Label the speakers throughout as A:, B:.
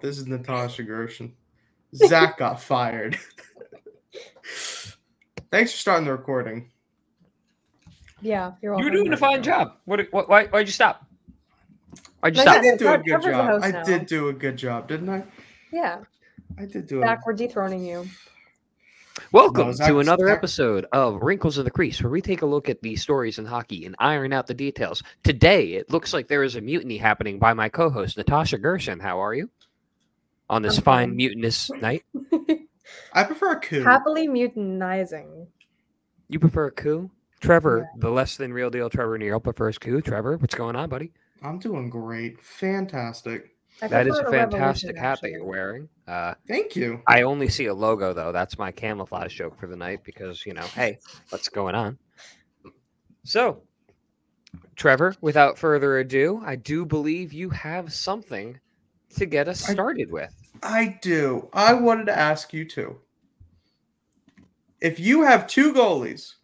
A: This is Natasha Gershon. Zach got fired. Thanks for starting the recording.
B: Yeah, you're
C: You
B: welcome.
C: were doing a fine job. What? what why? Why'd you stop? Why'd you
A: I
B: Like,
C: stop?
A: did do a
B: Cover-
A: good
B: cover the
A: job.
B: host
A: I
B: now.
A: did do a good job, didn't I?
B: yeah,
A: I did do a
B: Zach, we're dethroning you.
C: Welcome
A: No, Zach
C: to
A: was-
C: another
A: Zach-
C: episode of Wrinkles in the Crease, where we take a look at the stories in hockey and iron out the details. Today, it looks like there is a mutiny happening by my co-host Natasha Gershon. How are you? On this
B: I'm
C: fine
B: fine.
C: mutinous night,
A: I prefer a coup.
B: Happily mutinizing.
C: you prefer a coup? Trevor, the less than real deal Trevor Neal prefers coup. Trevor, what's going on, buddy?
A: I'm doing great. Fantastic.
B: I
C: That is
B: prefer
C: a
B: revolution,
C: fantastic hat that
B: actually.
C: you're wearing. Uh,
A: Thank you.
C: I only see a logo though. That's my camouflage joke for the night because you know, hey, what's going on? So, Trevor, without further ado, I do believe you have something to get us
A: I-
C: started with.
A: I do. I wanted to ask you two. If you have two goalies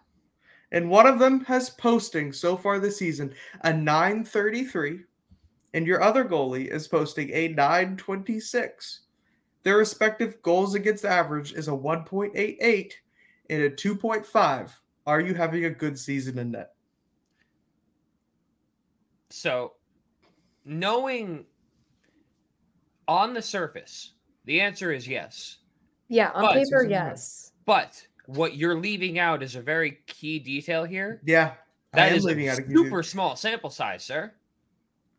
A: and one of them has posting so far this season a 933 and your other goalie is posting a 926, their respective goals against average is a 1.88 and a 2.5. Are you having a good season in net?
C: So, knowing on the surface, the answer is yes.
B: Yeah, on
C: But-
B: paper,
A: Susan,
B: yes.
C: But what you're leaving out is a very key detail here.
A: Yeah.
C: That is a
A: of
C: super small sample size, sir.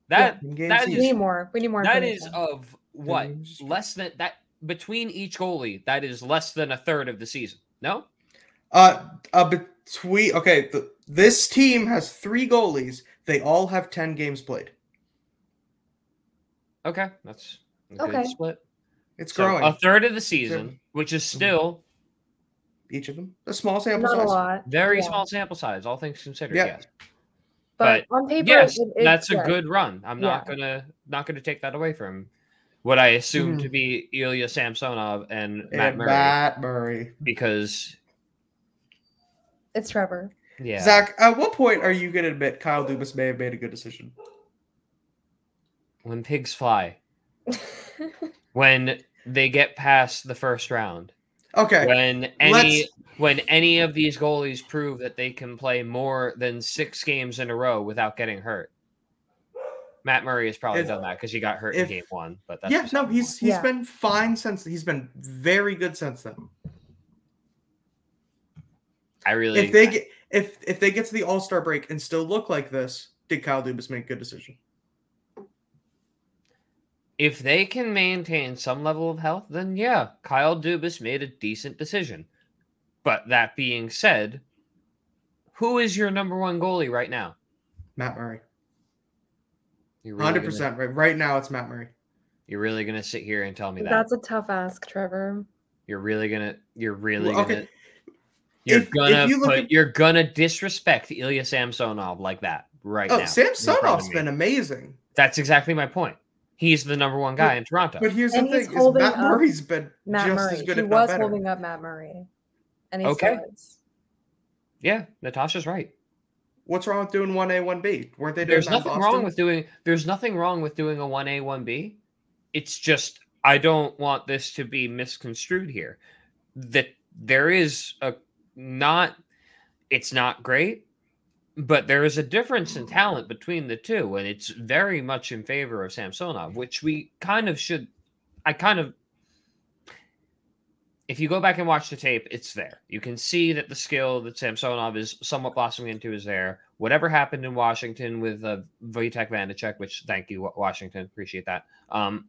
B: Yeah.
C: That that
A: That
B: We
C: is-
B: need more. We need more.
C: That is
B: information.
C: of what
A: we just-
C: less than that between each goalie. That is less than a third of the season. No,
A: Uh, uh between okay, th- this team has three goalies. They all have ten games played.
C: okay, that's a good
B: Okay.
C: split.
A: It's
C: So
A: growing Mm-hmm.
C: a third of the season, which is still
A: each of them. A small sample
B: not a
A: size.
B: lot,
C: very
B: Yeah.
C: small sample size, all things considered.
A: Yeah.
C: Yes,
B: but, on paper,
C: yes,
B: it- it's
C: that's a good run. I'm not
B: Yeah.
C: gonna not gonna take that away from what I assume to be Ilya Samsonov and
A: Mm-hmm. And
C: Matt Murray
A: Matt Murray.
C: because
B: It's Trevor.
C: yeah,
A: Zach, at what point are you gonna admit Kyle Dubas may have made a good decision?
C: when pigs fly, when they get past the first round,
A: Okay,
C: when any
A: let's-
C: when any of these goalies prove that they can play more than six games in a row without getting hurt. Matt Murray has probably
A: If-
C: done that because he got hurt
A: if-
C: in game one. But that's
A: yeah,
C: beside
A: no,
C: the
A: he's
C: point.
A: he's
B: Yeah.
A: been fine since. He's been very good since then.
C: I really
A: If they get if if they get to the All Star break and still look like this, did Kyle Dubas make a good decision?
C: if they can maintain some level of health, then yeah, Kyle Dubas made a decent decision. But that being said, who is your number one goalie right now?
A: Matt Murray,
C: You really
A: hundred
C: gonna-
A: percent right. Right now, it's Matt Murray.
C: You're really gonna sit here and tell me that?
B: That's a tough ask, Trevor.
C: You're really gonna. You're really
A: Well, okay.
C: gonna. You're
A: If- if
C: gonna
A: you look
C: put,
A: at-
C: you're gonna disrespect Ilya Samsonov like that right
A: Oh,
C: now. in front of
A: Samsonov's
C: me.
A: been amazing.
C: That's exactly my point. He's the number one guy in Toronto.
A: But here's
B: And
A: the
B: he's
A: thing: is
B: holding
A: Matt
B: up
A: Murray's been
B: Matt
A: just
B: Murray.
A: as good,
B: he
A: if not
B: was
A: better.
B: holding up Matt Murray, and he
C: Okay.
B: still is.
C: yeah, Natasha's right.
A: What's wrong with doing one A, one B? Weren't they doing
C: There's
A: that in
C: nothing
A: Boston?
C: wrong with doing. There's nothing wrong with doing a one A one B. It's just I don't want this to be misconstrued here. That there is a not. It's not great, but there is a difference in talent between the two, and it's very much in favor of Samsonov, which we kind of should. I kind of. If you go back and watch the tape, it's there. You can see that the skill that Samsonov is somewhat blossoming into is there. Whatever happened in Washington with uh, Vitek Vanacek, which thank you, Wa- Washington, appreciate that. Um,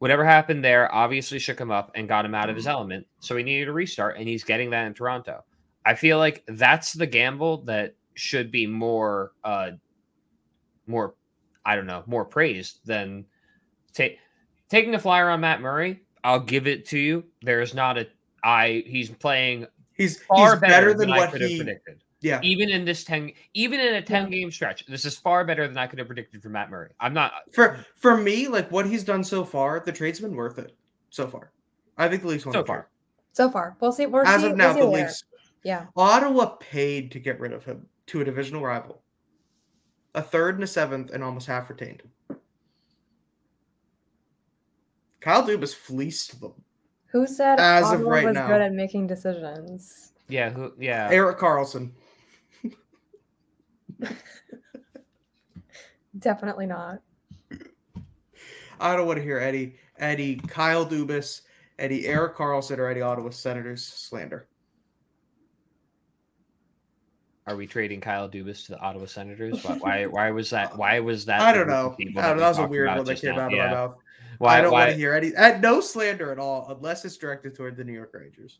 C: whatever happened there obviously shook him up and got him out of his element. So he needed a restart, and he's getting that in Toronto. I feel like that's the gamble that should be more, uh, more, I don't know, more praised than ta- taking a flyer on Matt Murray. I'll give it to you. There's not a I. He's playing
A: He's
C: far
A: he's better than,
C: I
A: what
C: could have
A: he.
C: predicted
A: Yeah,
C: even in this 10 even in a 10 game stretch this is far better than i could have predicted from matt murray i'm not
A: for for me, like what he's done so far, the trade's been worth it so far. I think the Leafs won
C: So
A: the trade.
C: far.
B: So far, we'll see. We're
A: As
B: see,
A: of now,
B: we'll see
A: the
B: later.
A: Leafs.
B: Yeah,
A: Ottawa paid to get rid of him to a divisional rival, a third and a seventh, and almost half retained. Kyle Dubas fleeced them.
B: Who said
A: As of
B: Ottawa
A: right
B: was
A: now.
B: good at making decisions?
C: Yeah, who? Yeah,
A: Eric Carlson.
B: Definitely not.
A: I don't want to hear Eddie, Eddie, Kyle Dubas, Eddie, Eric Carlson, or Eddie Ottawa Senators slander.
C: are we trading Kyle Dubas to the Ottawa Senators? Why? Why, why was that? Why was that?
A: I
C: the
A: don't
C: group of
A: know.
C: people
A: I don't know.
C: we
A: That was a
C: talked
A: weird
C: about
A: one that
C: just
A: came
C: now?
A: out of
C: Yeah.
A: my mouth.
C: Why?
A: I don't
C: why
A: want to hear any uh, no slander at all, unless it's directed toward the New York Rangers.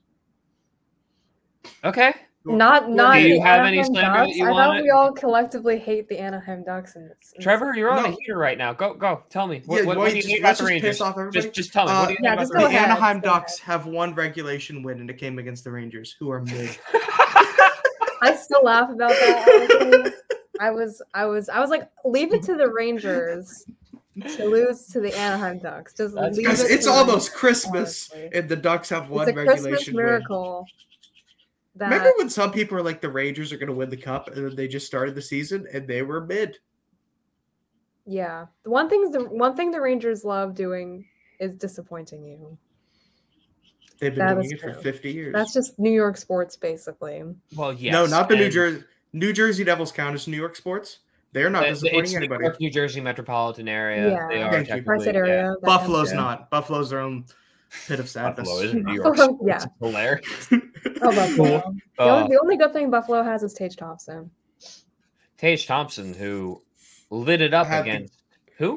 C: okay.
B: Not not.
C: Do you
B: the
C: have any
B: Anaheim
C: slander that
B: Ducks.
C: you
B: I
C: want
B: thought
C: it?
B: we all collectively hate the Anaheim Ducks. In this, in this-
C: Trevor, you're on a
A: No.
C: heater right now. Go, go. Tell me. What,
A: Yeah,
C: what,
A: why
C: what do
A: you
C: you
A: just- let's
C: hate about the
A: just piss
C: Rangers?
A: off everybody.
C: Just, just tell me. what do you
B: Uh, yeah,
C: think
B: just
C: about
B: go
A: the
C: the
B: ahead,
A: Anaheim
B: go ahead.
A: Ducks have one regulation win, and it came against the Rangers, who are mid.
C: Rangers?
B: I still laugh about that. honestly. I was, I was, I was like, leave it to the Rangers to lose to the Anaheim Ducks. Just
C: That's
B: leave
A: Because
B: it
A: it's
B: to them.
A: almost Christmas,
B: honestly.
A: and the Ducks have one
B: it's a Christmas
A: regulation win.
B: miracle. That
A: Remember when some people were like the Rangers are going to win the cup, and then they just started the season and they were mid.
B: yeah, the one thing the one thing the Rangers love doing is disappointing you.
A: They've been
B: That
A: doing
B: is
A: it for
B: true.
A: fifty years.
B: That's just New York sports, basically.
C: well, yes.
A: no, not the New
C: and
A: Jersey New Jersey Devils count as New York sports. They're not
C: the- the- it's
A: disappointing
C: the
A: anybody.
C: York, New Jersey metropolitan area.
B: Yeah.
C: They are
A: Thank you.
C: technically. uh,
B: Tri-state
C: yeah.
B: area. that kind of
A: Buffalo's
B: thing.
A: not. Buffalo's their own pit of sadness.
C: Buffalo is New York.
B: Buffalo, yeah.
C: It's hilarious.
B: Oh, Buffalo. The,
C: Uh,
B: only, the only good thing Buffalo has is Tage Thompson.
C: Tage Thompson, who lit it up
A: Had the-
C: against who?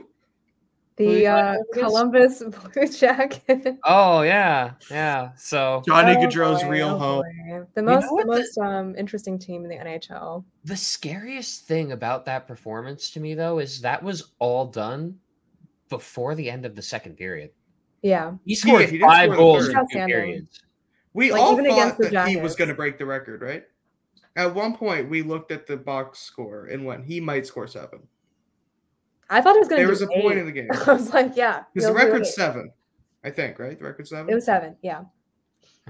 C: Who's
B: The
C: that
B: uh,
C: Columbus?
B: Columbus Blue Jacket.
C: Oh yeah, yeah. So
A: Johnny
B: Oh,
A: Gaudreau's
B: boy,
A: real
B: oh,
A: home.
B: boy. The
C: know
B: most, the
C: what the-
B: most um, interesting team in the NHL.
C: the scariest thing about that performance to me though is that was all done before the end of the second period.
B: Yeah,
C: He
A: Yeah,
C: scored
A: he didn't
C: five
A: score the
C: goals
A: third.
C: in two
B: Outstanding.
C: periods.
A: We
B: Like,
A: all
B: even
A: thought
B: against the
A: that he was
B: Jackets.
A: going to break the record, right? At one point, we looked at the box score and went, "He might score seven.
B: I thought it was going to.
A: There was a point in the game
B: I was like, yeah,
A: because the
B: he'll do
A: record's
B: it.
A: seven, I think. Right? The record's seven.
B: It was seven. Yeah,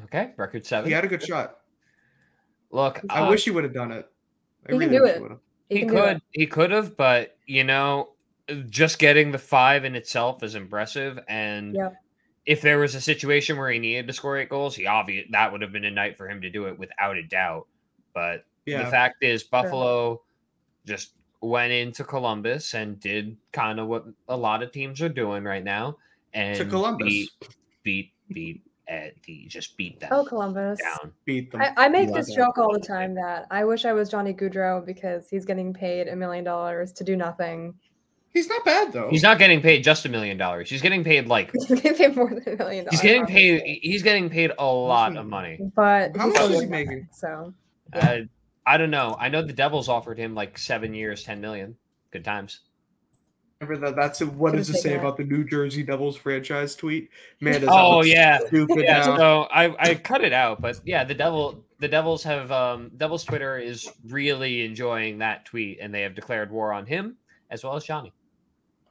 C: Okay, record seven.
A: He had a good shot.
C: Look,
B: I
A: I
C: uh,
A: wish he would have done it. I
B: He
A: really
B: can do
A: wish
B: it.
A: he would have.
B: You
C: he
B: can do
C: could
B: it.
C: he could have, but you know, just getting the five in itself is impressive. And
B: Yep.
C: if there was a situation where he needed to score eight goals, he obvious that would have been a night for him to do it without a doubt. But the
A: Yeah.
C: fact is Buffalo just went into Columbus and did kind of what a lot of teams are doing right now. And
A: To Columbus,
C: beat beat beat at the just beat them
B: Oh, Columbus.
C: down.
A: beat them.
B: I, I make
A: Love
B: this
A: it.
B: joke all the time that I wish I was Johnny Goudreau because he's getting paid a million dollars to do nothing.
A: He's not bad though.
C: He's not getting paid just a million dollars. He's getting paid like
B: He's getting paid more than a million dollars.
C: He's getting paid.
B: obviously.
C: He's getting paid a lot of money.
B: But
A: How much
B: he's still
A: is he
B: doing nothing,
A: making?
B: So
C: Uh, I don't know. I know the Devils offered him like seven years, ten million. Good times.
A: Remember that? That's a, what
B: Should've
A: does it
B: taken
A: say
B: it.
A: about the New Jersey Devils franchise tweet? Man, does that
C: Oh
A: look
C: yeah,
A: stupid
C: yeah.
A: now.
C: So I I cut it out, but yeah, the devil the Devils have um Devils Twitter is really enjoying that tweet, and they have declared war on him as well as Johnny.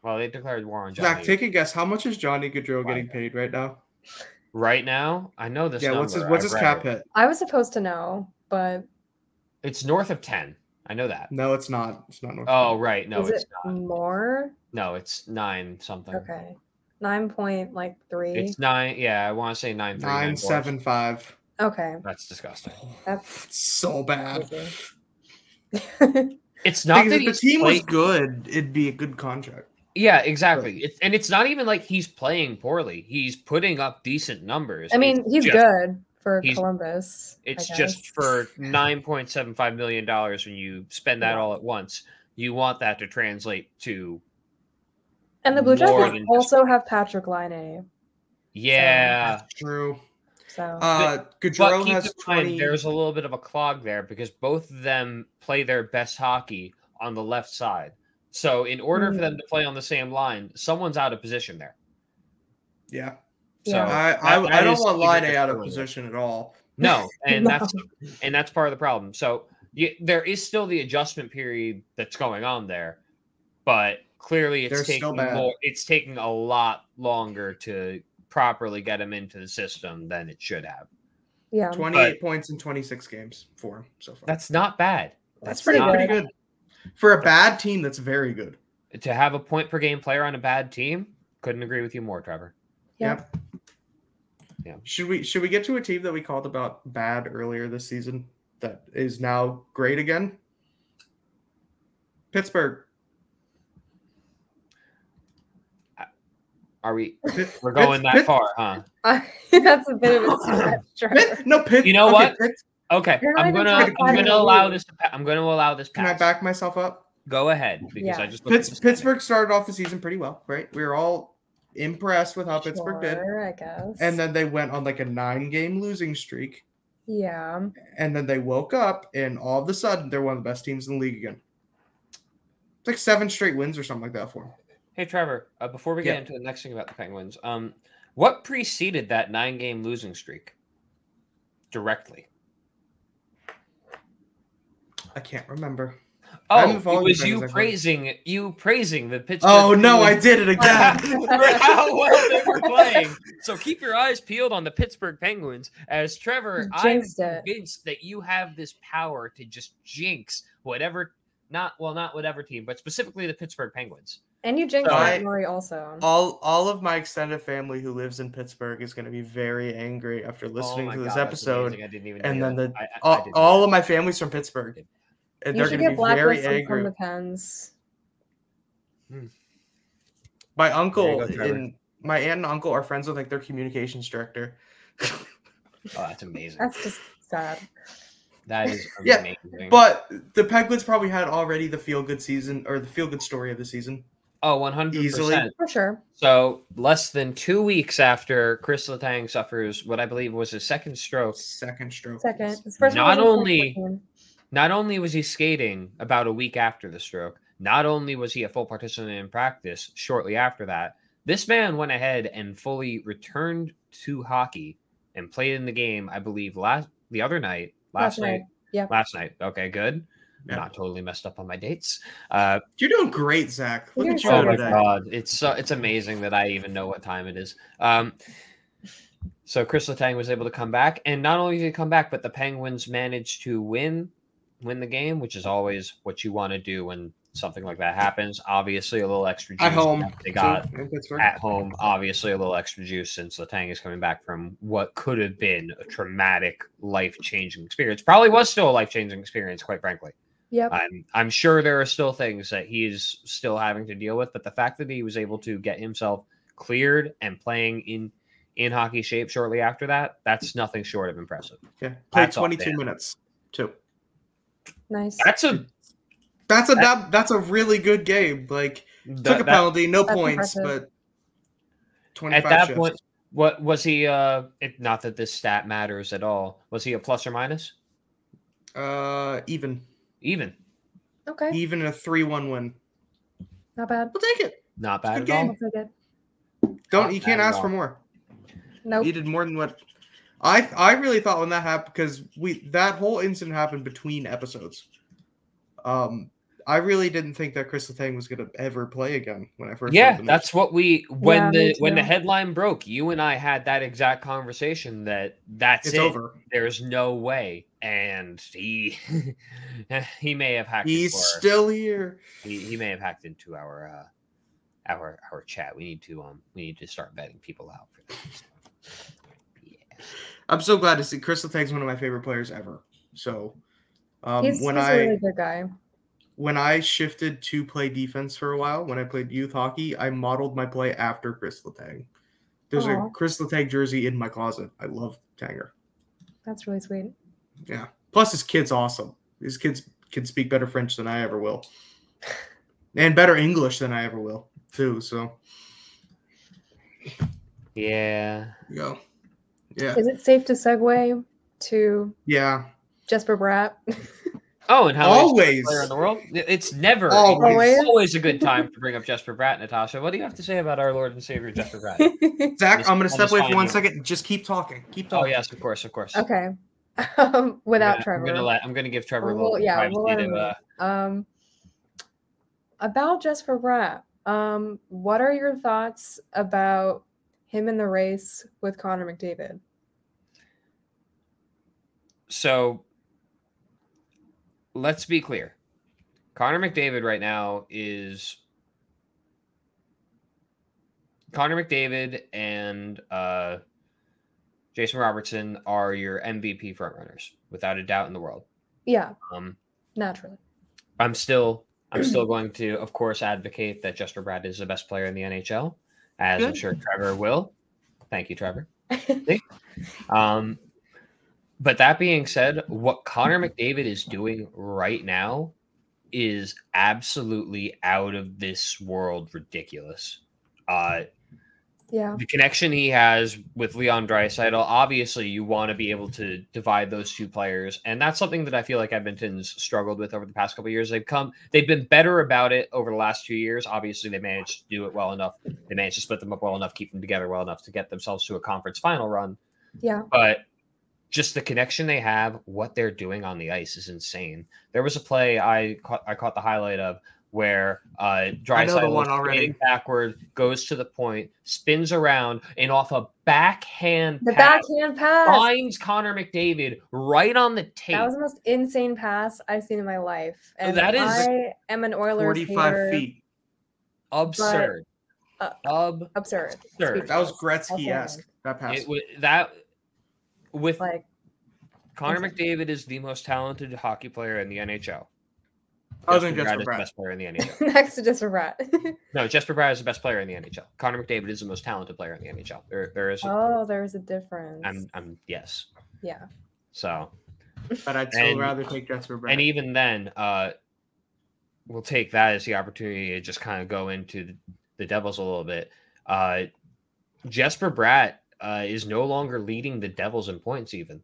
C: Well, they declared war on
A: Zach,
C: Johnny
A: take a guess. How much is Johnny Gaudreau
C: Why?
A: getting paid right now?
C: right now. I know this.
A: yeah, what's his
C: number.
A: what's
C: I
A: his
C: read
A: cap
C: it.
A: hit?
B: I was supposed to know, but
C: It's north of ten. I know that.
A: No, it's not. It's not North.
C: Oh right, no,
B: is
C: it's
B: it more?
C: no, it's nine something.
B: Okay, nine point like three.
C: Um, It's nine. Yeah, I want to say nine. three,
A: nine
C: nine four.
A: seven five.
B: Okay.
C: That's disgusting.
B: That's-
A: It's so bad.
B: crazy.
C: It's not
A: because if
C: that
A: the
C: he's
A: team was
C: playing-
A: good, it'd be a good contract.
C: Yeah, exactly. It's and it's not even like he's playing poorly. He's putting up decent numbers.
B: I mean,
C: It's
B: he's
C: just-
B: good for
C: he's-
B: Columbus. I
C: It's just
B: guess.
C: for nine point seven five million dollars when you spend that
B: Yeah.
C: all at once. You want that to translate to
B: And the Blue
C: more
B: Jackets
C: than just-
B: also have Patrick Line.
C: yeah.
A: True.
B: So
A: Uh,
C: But
A: Gaudreau
C: keep
A: has
C: in mind,
A: twenty.
C: there's a little bit of a clog there because both of them play their best hockey on the left side. So, in order
B: Mm.
C: for them to play on the same line, someone's out of position there.
A: Yeah,
C: So,
B: Yeah.
A: I I,
C: Oh, that-
A: I
C: that
A: don't
C: is
A: want
C: keeping
A: Line
C: it
A: out of
C: early.
A: position at all.
C: No, and
B: No.
C: that's and that's part of the problem. So you, there is still the adjustment period that's going on there, but clearly it's
A: They're still
C: taking
A: bad.
C: more, it's taking a lot longer to properly get him into the system than it should have.
B: yeah,
A: Twenty-eight points in twenty-six games for him so far.
C: That's not bad.
A: That's
C: that's
A: pretty
C: not-
A: pretty good for a bad team. That's very good.
C: To have a point per game player on a bad team, couldn't agree with you more, Trevor.
B: Yeah.
A: Yep.
C: Yeah.
A: Should we should we get to a team that we called about bad earlier this season that is now great again? Pittsburgh.
C: Are we?
A: Pitt-
C: We're going
A: Pitt- Pitt-
C: that far, huh?
B: That's a bit of a stretch. Trevor.
A: Pitt- no, Pitt.
C: You know
A: okay,
C: what?
A: Pitt-
C: Okay,
B: You're not
C: I'm
B: even
C: gonna
A: talking
C: I'm
A: about
C: gonna
A: the
C: allow
B: league.
C: this. to pa- I'm gonna allow this
A: can
C: pass.
A: I back myself up?
C: Go ahead because
B: Yeah.
C: I just looked at
A: Pitts,
C: this.
A: Pittsburgh started off the season pretty well, right? We were all impressed with how Pittsburgh did,
B: Sure, I guess.
A: and then they went on like a nine-game losing streak,
B: yeah,
A: and then they woke up, and all of a sudden they're one of the best teams in the league again. It's like seven straight wins or something like that for them.
C: Hey Trevor, uh, before we get
A: Yeah.
C: into the next thing about the Penguins, um, what preceded that nine-game losing streak? Directly.
A: I can't remember. I'm
C: Oh, it
A: following
C: was
A: the Penguins,
C: you
A: I think.
C: praising you praising the Pittsburgh.
A: Oh no, I
C: Penguins
A: did it again.
C: for how well they were playing. So keep your eyes peeled on the Pittsburgh Penguins. As Trevor,
B: You
C: I'm
B: jinxed it.
C: convinced that you have this power to just jinx whatever, not well, not whatever team, but specifically the Pittsburgh Penguins.
B: and you jinxed
A: So
B: that
A: I-
B: Murray also.
A: all all of my extended family who lives in Pittsburgh is going to be very angry after listening
C: Oh my
A: to this
C: God, that's amazing.
A: episode.
C: I didn't even.
A: and
C: know
A: then
C: that.
A: the-
C: I- I- I
A: All,
C: didn't know
A: all
C: that.
A: of my family's from Pittsburgh, and
B: you
A: they're
B: should
A: going to
B: get
A: be very
B: blacklisted from
A: angry.
B: the Pens.
A: My uncle
C: There you go, Trevor.
A: and my aunt and uncle are friends with like their communications director.
C: Oh, that's amazing.
B: That's just sad.
C: That is
A: Yeah,
C: amazing.
A: but the Penguins probably had already the feel good season or the feel good story of the season.
C: oh, one hundred
A: easily-
C: percent.
B: For sure.
C: So less than two weeks after Chris Letang suffers what I believe was his second stroke,
A: Second stroke.
B: Second. His one was
C: Not only-
B: 2014.
C: not only was he skating about a week after the stroke, not only was he a full participant in practice shortly after that, this man went ahead and fully returned to hockey and played in the game, I believe, last the other night.
B: Last
C: Last, night.
B: night, yeah.
C: Last night. Okay, good.
A: Yeah.
C: Not totally messed up on my dates. Uh,
A: You're doing great, Zach. Look
B: You're
A: at you
C: Oh
B: doing
A: over
C: my
B: Saturday.
C: god, it's so it's amazing that I even know what time it is. Um, so Chris Letang was able to come back, and not only did he come back, but the Penguins managed to win win the game, which is always what you want to do when something like that happens. Obviously, a little extra
A: At
C: juice
A: home,
C: that they got
A: in Pittsburgh.
C: at home. Obviously, a little extra juice since Letang is coming back from what could have been a traumatic, life changing experience. Probably was still a life changing experience, quite frankly.
B: Yep.
C: I'm I'm sure there are still things that he is still having to deal with, but the fact that he was able to get himself cleared and playing in in hockey shape shortly after that, that's nothing short of impressive.
A: Yeah, played
C: That's all
A: 22
C: bad.
A: minutes too.
B: nice.
C: That's a
A: That's a that, that's a really good game. Like
C: that-
A: took a
C: that-
A: penalty, no
B: That's
A: points,
B: impressive.
A: but 25
C: at that
A: shifts.
C: point. What was he? Uh, it, not that this stat matters at all. Was he a plus or minus?
A: uh, even
C: Even
B: okay.
A: even in a three-one win.
B: Not bad.
A: We'll take it.
C: not bad
A: good
C: at all.
A: game.
B: That's not good.
A: Don't
C: Not
A: you can't
C: bad at
A: ask for
C: all.
A: more.
B: Nope.
A: You did more than what I I really thought when that happened because we that whole incident happened between episodes. Um, I really didn't think that Chris Letang was gonna ever play again when I first. heard
C: yeah
A: the news.
C: that's what we when
B: Yeah, me
C: the when the
B: too.
C: headline broke you and i had that exact conversation that that's
A: it's
C: it
A: over.
C: there's no way and he he may have hacked
A: He's
C: into our-
A: still here.
C: he, he may have hacked into our uh our our chat we need to um we need to start vetting people out for that.
A: I'm so glad to see Chris Letang's one of my favorite players ever. So, um,
B: he's
A: when
B: he's
A: I
B: a really good guy.
A: when I shifted to play defense for a while, when I played youth hockey, I modeled my play after Chris Letang. There's
B: Aw.
A: a Chris Letang jersey in my closet. I love Tanger.
B: That's really sweet.
A: Plus, his kid's awesome. His kids can speak better French than I ever will, and better English than I ever will too. So,
C: yeah
A: yeah, yeah,
B: Is it safe to segue to
A: yeah.
B: Jesper Bratt?
C: oh and how he's the best
A: Always,
C: player in the world it's never
A: Always.
C: it's always a good time to bring up jesper bratt natasha what do you have to say about our lord and savior jesper bratt
A: Zach. I'm
C: I'll
A: gonna step
C: just
A: away
C: find
A: for one
C: you.
A: second. Just keep talking. Keep
C: oh
A: talking.
C: yes of course of course
B: okay. Um, without
C: yeah,
B: Trevor.
C: I'm gonna let, I'm gonna give Trevor a
B: Well,
C: little
B: yeah,
C: privacy
B: we'll let him
C: to, uh,
B: Um, about Jesper Bratt, um, what are your thoughts about him in the race with Connor McDavid?
C: so let's be clear. Connor McDavid right now is Connor McDavid and uh, Jason Robertson are your MVP frontrunners, without a doubt in the world.
B: Yeah,
C: Um,
B: naturally.
C: I'm still I'm still going to, of course, advocate that Jester Brad is the best player in the NHL, as I'm
A: Good.
C: sure Trevor will. Thank you, Trevor. Um, but that being said, what Connor McDavid is doing right now is absolutely out of this world ridiculous. Uh,
B: yeah.
C: the connection he has with Leon Dreisaitl, obviously you want to be able to divide those two players, and that's something that I feel like Edmonton's struggled with over the past couple of years. They've come, they've been better about it over the last few years. Obviously, they managed to do it well enough. They managed to split them up well enough, keep them together well enough to get themselves to a conference final run.
B: Yeah.
C: But just the connection they have, what they're doing on the ice is insane. There was a play I caught, I caught the highlight of where uh,
A: I know the
C: Drysdale
A: one already.
C: backward goes to the point, spins around, and off a backhand
B: The
C: pass,
B: backhand pass.
C: finds Connor McDavid right on the tape.
B: That was the most insane pass I've seen in my life.
C: Oh,
B: And
C: that is
B: I am an Oilers
A: 45
B: hater.
A: feet.
C: absurd,
B: uh,
C: absurd.
B: Absurd.
C: Absurd.
A: That was
B: Okay.
A: Gretzky esque. That pass.
C: It was that with
B: Like,
C: Connor McDavid is the most talented hockey player in the NHL.
A: Other than
C: Jesper Bratt
A: Jesper
C: is the
A: Bratt.
C: best player in the NHL.
B: next to just a rat.
C: No, Jesper Bratt is the best player in the NHL. Connor McDavid is the most talented player in the NHL. There, there is.
B: oh, there's a difference.
C: I'm, I'm yes.
B: yeah.
C: So,
A: But I'd still
C: And-
A: rather take Jesper Bratt.
C: and even then, uh, we'll take that as the opportunity to just kind of go into the Devils a little bit. Uh, Jesper Bratt uh, is no longer leading the Devils in points. Even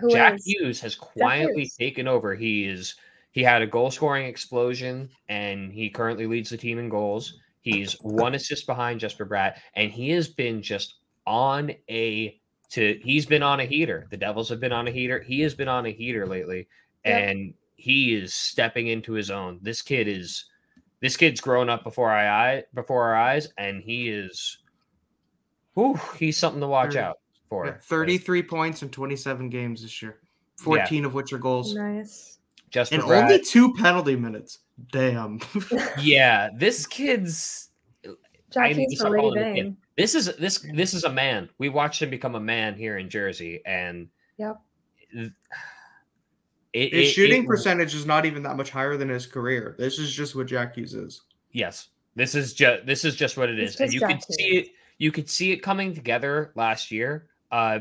B: Who
C: Jack
B: is?
C: Hughes has quietly
B: Hughes.
C: taken over. He is he had a goal scoring explosion and he currently leads the team in goals. He's one assist behind Jesper Bratt and he has been just on a to he's been on a heater. The Devils have been on a heater. He has been on a heater lately
B: Yep.
C: and he is stepping into his own. This kid is this kid's grown up before I eye before our eyes and he is whew, he's something to watch
A: Thirty-
C: out for.
A: Yeah, 33 points in 27 games this year, 14 of which are goals,
B: Nice.
C: Jesper
A: and
C: Bratt.
A: only two penalty minutes. Damn.
C: yeah, this kid's
B: Jack
C: I need to
B: Hughes
C: stop
B: from Lady
C: calling him a kid.
B: Bang.
C: this is this this is a man. We watched him become a man here in Jersey, and
B: Yep.
C: it, it,
A: His
C: it
A: shooting
C: was-
A: percentage is not even that much higher than his career. This is just what Jack Hughes is.
C: Yes, this is just this is just what it
B: It's
C: is, and
B: just
C: you could
B: Jack
C: see it. You could see it coming together last year. Uh,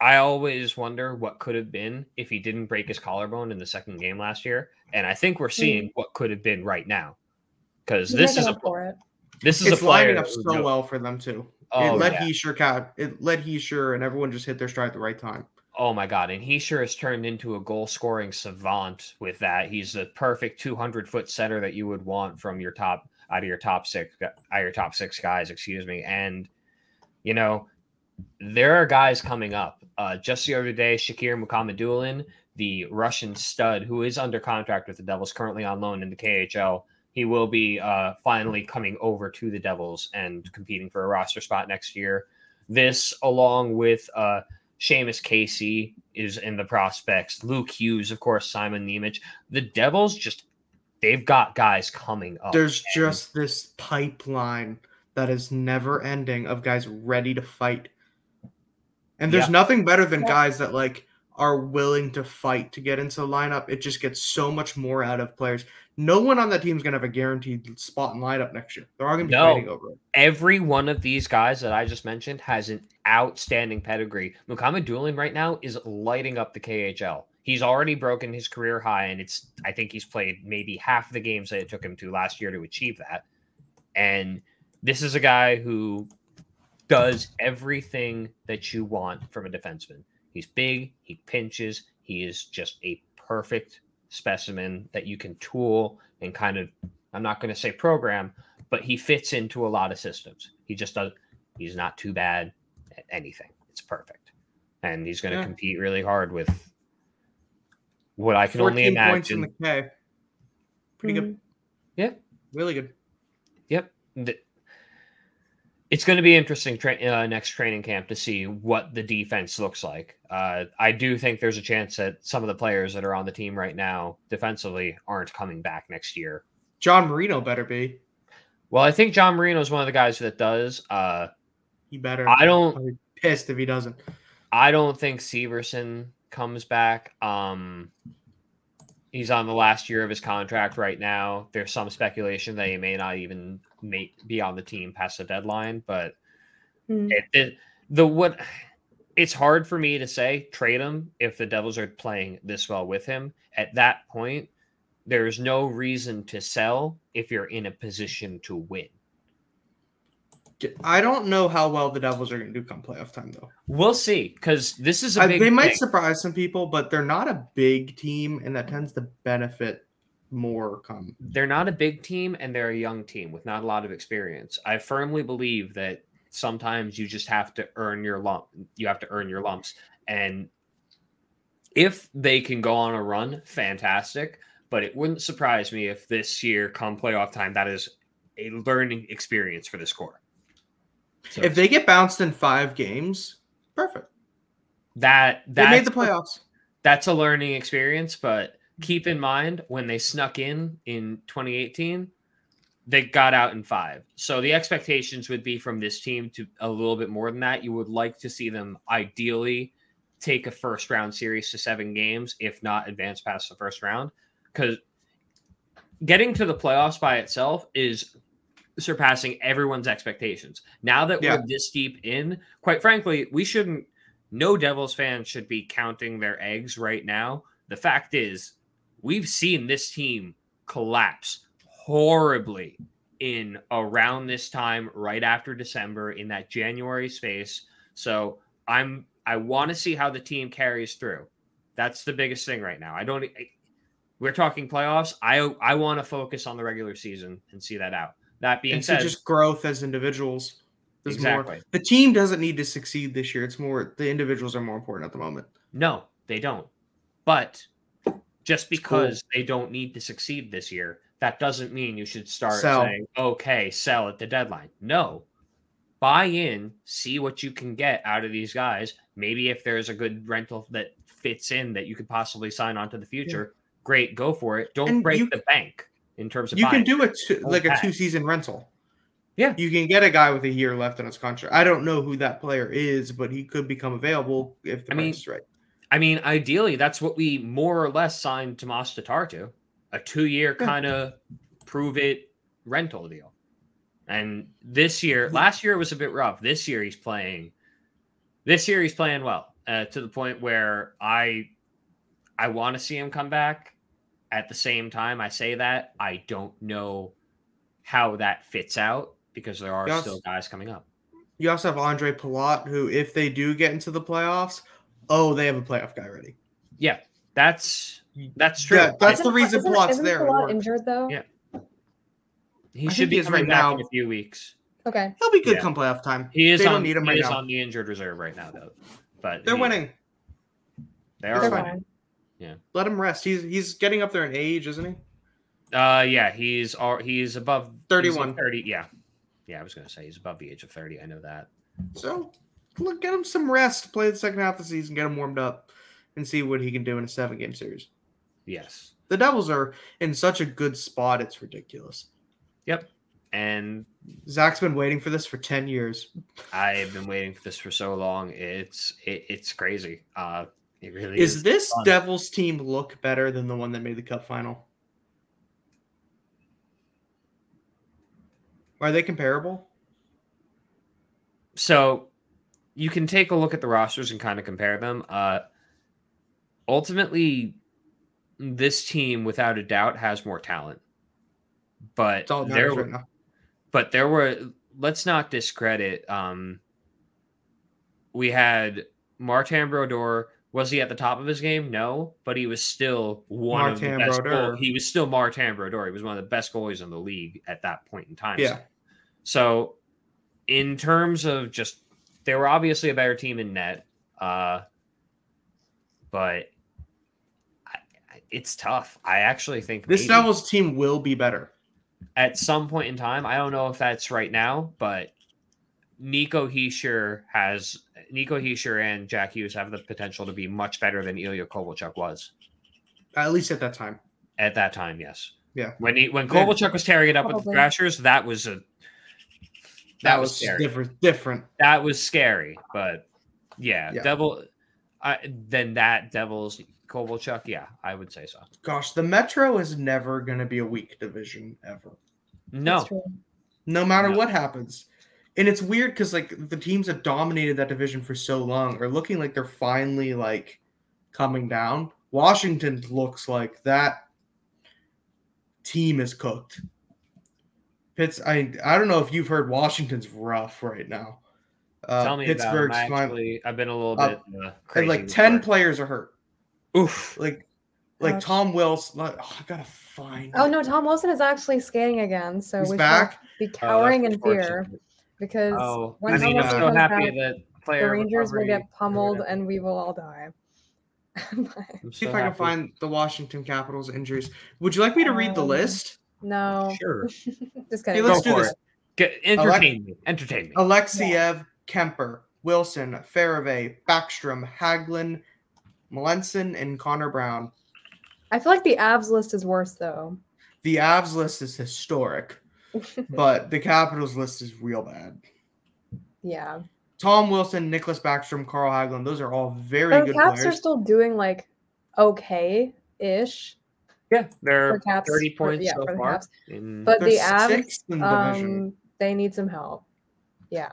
C: I always wonder what could have been if he didn't break his collarbone in the second game last year, and I think we're seeing what could have been right now. Because
B: He's
C: this
B: making
C: is a
B: up for it.
C: this is
A: It's
C: a player
A: lining up
C: that
A: so
C: would go-
A: well for them too.
C: Oh,
A: it let
C: yeah.
A: he sure cap. It let he sure, and everyone just hit their stride at the right time.
C: Oh my god, and he sure has turned into a goal scoring savant with that. He's the perfect 200 foot center that you would want from your top out of your top six out of your top six guys, excuse me. And you know, there are guys coming up. Uh, just the other day, Shakir Mukamadulin, the Russian stud who is under contract with the Devils, currently on loan in the KHL. He will be uh, finally coming over to the Devils and competing for a roster spot next year. This, along with uh, Seamus Casey is in the prospects. Luke Hughes, of course, Simon Nemec. The Devils just they've got guys coming up.
A: There's just this pipeline that is never ending of guys ready to fight. And there's
C: Yeah.
A: nothing better than
B: Yeah.
A: guys that like are willing to fight to get into the lineup. It just gets so much more out of players. No one on that team is going to have a guaranteed spot in lineup next year. They're all going to be
C: No.
A: fighting over it.
C: Every one of these guys that I just mentioned has an outstanding pedigree. Muhammad Doolin right now is lighting up the KHL. He's already broken his career high, and it's I think he's played maybe half the games that it took him to last year to achieve that. And this is a guy who does everything that you want from a defenseman. He's big, he pinches, he is just a perfect specimen that you can tool and kind of I'm not going to say program, but he fits into a lot of systems. He just does he's not too bad at anything. It's perfect. And he's going to
A: Yeah.
C: compete really hard with what I can only
A: 14 points in
C: imagine.
A: the K. Pretty good. Really good.
C: Yep. Th- It's going to be interesting tra- uh, next training camp to see what the defense looks like. Uh, I do think there's a chance that some of the players that are on the team right now defensively aren't coming back next year.
A: John Marino better be.
C: Well, I think John Marino is one of the guys that does. Uh,
A: He better.
C: I don't.
A: pissed if he doesn't.
C: I don't think Severson comes back. Um, he's on the last year of his contract right now. There's some speculation that he may not even may, be on the team past the deadline. But
B: Hmm.
C: it, it, the what it's hard for me to say trade him if the Devils are playing this well with him. At that point, there is no reason to sell if you're in a position to win.
A: I don't know how well the Devils are going to do come playoff time though.
C: We'll see because this is a
A: I-
C: big.
A: they might
C: thing.
A: surprise some people, but they're not a big team, and that tends to benefit more. Come
C: they're not a big team and they're a young team with not a lot of experience. I firmly believe that sometimes you just have to earn your lump. You have to earn your lumps. And if they can go on a run, fantastic. But it wouldn't surprise me if this year, come playoff time, that is a learning experience for this core. So
A: if they get bounced in five games, perfect.
C: that
A: They
C: that
A: made the playoffs.
C: that's a learning experience but keep in mind when they snuck in in 2018 they got out in five so the expectations would be from this team to a little bit more than that you would like to see them ideally take a first round series to seven games if not advance past the first round because getting to the playoffs by itself is surpassing everyone's expectations now that
A: Yeah.
C: we're this deep in quite frankly we shouldn't no Devils fan should be counting their eggs right now. The fact is, we've seen this team collapse horribly in around this time, right after December, in that January space. So I'm I want to see how the team carries through. That's the biggest thing right now. I don't. I- we're talking playoffs. I I want to focus on the regular season and see that out. That being
A: And so
C: said,
A: just growth as individuals. There's
C: exactly.
A: more. The team doesn't need to succeed this year. It's more the individuals are more important at the moment.
C: No, they don't. But just because they don't need to succeed this year, that doesn't mean you should start
A: Sell.
C: saying, okay, sell at the deadline. No. Buy in, see what you can get out of these guys. Maybe if there's a good rental that fits in that you could possibly sign on to the future, great, go for it. Don't
A: And
C: break
A: you-
C: the bank in terms of
A: You can
C: buying.
A: do a two,
C: Oh,
A: like a
C: pack.
A: two season rental.
C: Yeah.
A: you can get a guy with a year left on his contract. I don't know who that player is, but he could become available if the
C: I
A: price
C: mean,
A: is right.
C: I mean, ideally, that's what we more or less signed Tomas Tatar to a two year
A: Yeah.
C: kind of prove it rental deal. And this year, last year was a bit rough. This year, he's playing. This year, he's playing well uh, to the point where I, I want to see him come back. At the same time, I say that I don't know how that fits out because there are
A: Yes.
C: still guys coming up.
A: You also have Andre Palat, who, if they do get into the playoffs, oh, they have a playoff guy ready.
C: Yeah, that's that's true.
A: Yeah, that's
C: I-
A: the reason
B: isn't,
A: Palat's
B: isn't
A: there.
B: Palat
A: It worked.
B: injured though.
C: Yeah. he
A: I
C: should
A: think
C: be
A: he is
C: coming
A: right
C: back
A: now.
C: in a few weeks.
B: Okay.
A: He'll be good
C: Yeah.
A: come playoff time.
C: He is
A: They don't
C: on.
A: need him
C: he
A: right
C: is
A: now.
C: on the injured reserve right now, though. But
A: They're
C: he-
A: winning.
C: They
A: They're
C: are
B: They're
C: winning.
B: fine.
A: Let him rest. He's he's getting up there in age, isn't he?
C: Uh, yeah, he's al- he's above he's like
A: 31.
C: Thirty. Yeah, yeah. I was gonna say he's above the age of thirty. I know that.
A: So look, get him some rest. Play the second half of the season. Get him warmed up, and see what he can do in a seven game series.
C: Yes.
A: The Devils are in such a good spot; it's ridiculous.
C: And
A: Zach's been waiting for this for ten years.
C: I've been waiting for this for so long. It's it, it's crazy. Uh, it really is.
A: Is this
C: fun.
A: Devils team look better than the one that made the Cup final? Are they comparable?
C: so you can take a look at the rosters and kind of compare them. Uh, ultimately, this team, without a doubt, has more talent. But
A: It's all that
C: there,
A: matters right now.
C: but there were let's not discredit um we had Martin Brodeur was he at the top of his game? No, but he was still one of
A: Martin
C: the best. Goal,
A: Brodeur.
C: he was still Martin Brodeur. He was one of the best goalies in the league at that point in time.
A: Yeah.
C: So, in terms of just, they were obviously a better team in net, uh, but I, I- it's tough. I actually think
A: This
C: maybe-
A: Devils team will be better.
C: at some point in time. I don't know if that's right now, but Nico Heischer has Nico Heischer and Jack Hughes have the potential to be much better than Ilya Kovalchuk was
A: At least at that time.
C: at that time. Yes,
A: Yeah.
C: When he when
A: Yeah.
C: Kovalchuk was tearing it up with the
B: Probably.
C: Thrashers, that was a that,
A: That
C: was
A: was
C: scary.
A: different. Different.
C: That was scary, but yeah,
A: Yeah.
C: Devil. I, then that Devils Kovalchuk, yeah, I would say so.
A: Gosh, the Metro is never going to be a weak division ever.
C: No,
B: That's true.
A: no matter
C: No.
A: what happens. And it's weird because like the teams that dominated that division for so long are looking like they're finally like coming down. Washington looks like that team is cooked. Pitts, I I don't know if you've heard Washington's rough right now. Uh,
C: tell me
A: Pittsburgh's
C: about. 'em. I
A: finally
C: Actually, I've been a little
A: Uh,
C: bit uh,
A: and,
C: crazy.
A: like ten
C: before.
A: players are hurt.
C: Oof.
A: Like like
B: Ouch.
A: Tom Wilson. Like, oh, I gotta find.
B: Oh
A: it.
B: no, Tom Wilson is actually skating again, so
A: He's
B: we
A: back?
B: should be
C: Oh,
B: cowering
C: that's
B: in fear because
C: Oh,
B: when
C: I mean,
A: Tom
C: I'm
A: Wilson
C: so
B: comes
C: happy
B: back,
C: that
B: the
C: player
B: Rangers will
C: recovery-
B: get pummeled
C: whatever.
B: and we will all die. But
C: I'm
A: See
C: so
A: if I can
C: happy.
A: find the Washington Capitals injuries. Would you like me to read the
B: Um,
A: list?
B: no,
C: Sure.
B: just
A: Hey,
B: kidding.
A: let's do
C: Go for
A: this. Oh,
C: it. Get entertain me. Entertain me.
A: Alexiev, Kemper, Wilson, Faravay, Backstrom, Haglin, Melanson, and Connor Brown.
B: I feel like the Avs list is worse though.
A: The Avs list is historic, but the Capitals list is real bad.
B: Yeah,
A: Tom Wilson, Nicholas Backstrom, Carl Haglin, those are all very
B: the
A: good
B: Caps are
A: players.
B: still doing like okay ish
C: Yeah, they're
B: for Caps.
C: 30
B: for-
C: points
B: yeah,
C: so
B: for the
C: far.
B: Caps.
C: in-
B: But
A: They're
B: the Avs,
A: sixth in the division.
B: um, they need some help. Yeah,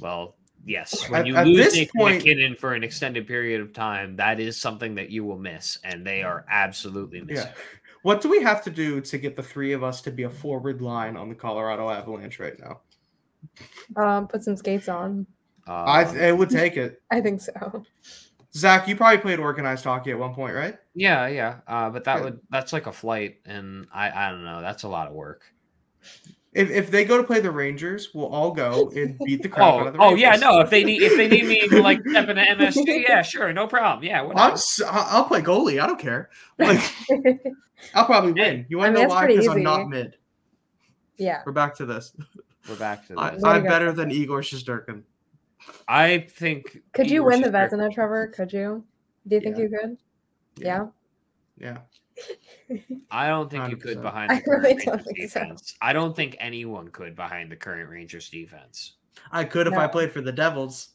C: well, yes.
A: At-
C: When you
A: at
C: lose
A: this
C: Nathan
A: point-
C: McKinnon for an extended period of time, that is something that you will miss, and they are absolutely missing.
A: Yeah. What do we have to do to get the three of us to be a forward line on the Colorado Avalanche right now?
B: um, put some skates on.
C: Uh,
A: I
B: Um,
A: it would take it.
B: I think so.
A: Zach, you probably played organized hockey at one point, right?
C: yeah, yeah. Uh, but that
A: Yeah.
C: would that's like a flight, and I I don't know. That's a lot of work.
A: If, if they go to play the Rangers, we'll all go and beat the crap out
C: Oh,
A: of the
C: oh
A: Rangers.
C: yeah, no. If they need if they need me to like step into MSG, yeah, sure, no problem. Yeah,
A: I'm,
C: whatever.
A: s- I- I'll play goalie. I don't care. Like, I'll probably win. You
B: I
A: want
B: mean,
A: to know
B: that's
A: why?
B: pretty
A: Because I'm
B: easy.
A: not mid.
B: yeah,
A: We're back to this.
C: We're back to
A: I,
C: this.
B: Way to
A: I'm
B: go.
A: better than Igor Shosturkin.
C: I think.
B: could you
C: Igor
B: win the
C: Shesterkin-
B: Vezina, Trevor? Could you? Do you think
A: Yeah.
B: you could? Yeah.
A: Yeah.
C: I don't think you could
A: 100%.
C: behind. The
B: I
C: current
B: really don't
C: Rangers
B: think so.
C: defense. I don't think anyone could behind the current Rangers defense.
A: I could if I
B: No.
A: played for the Devils.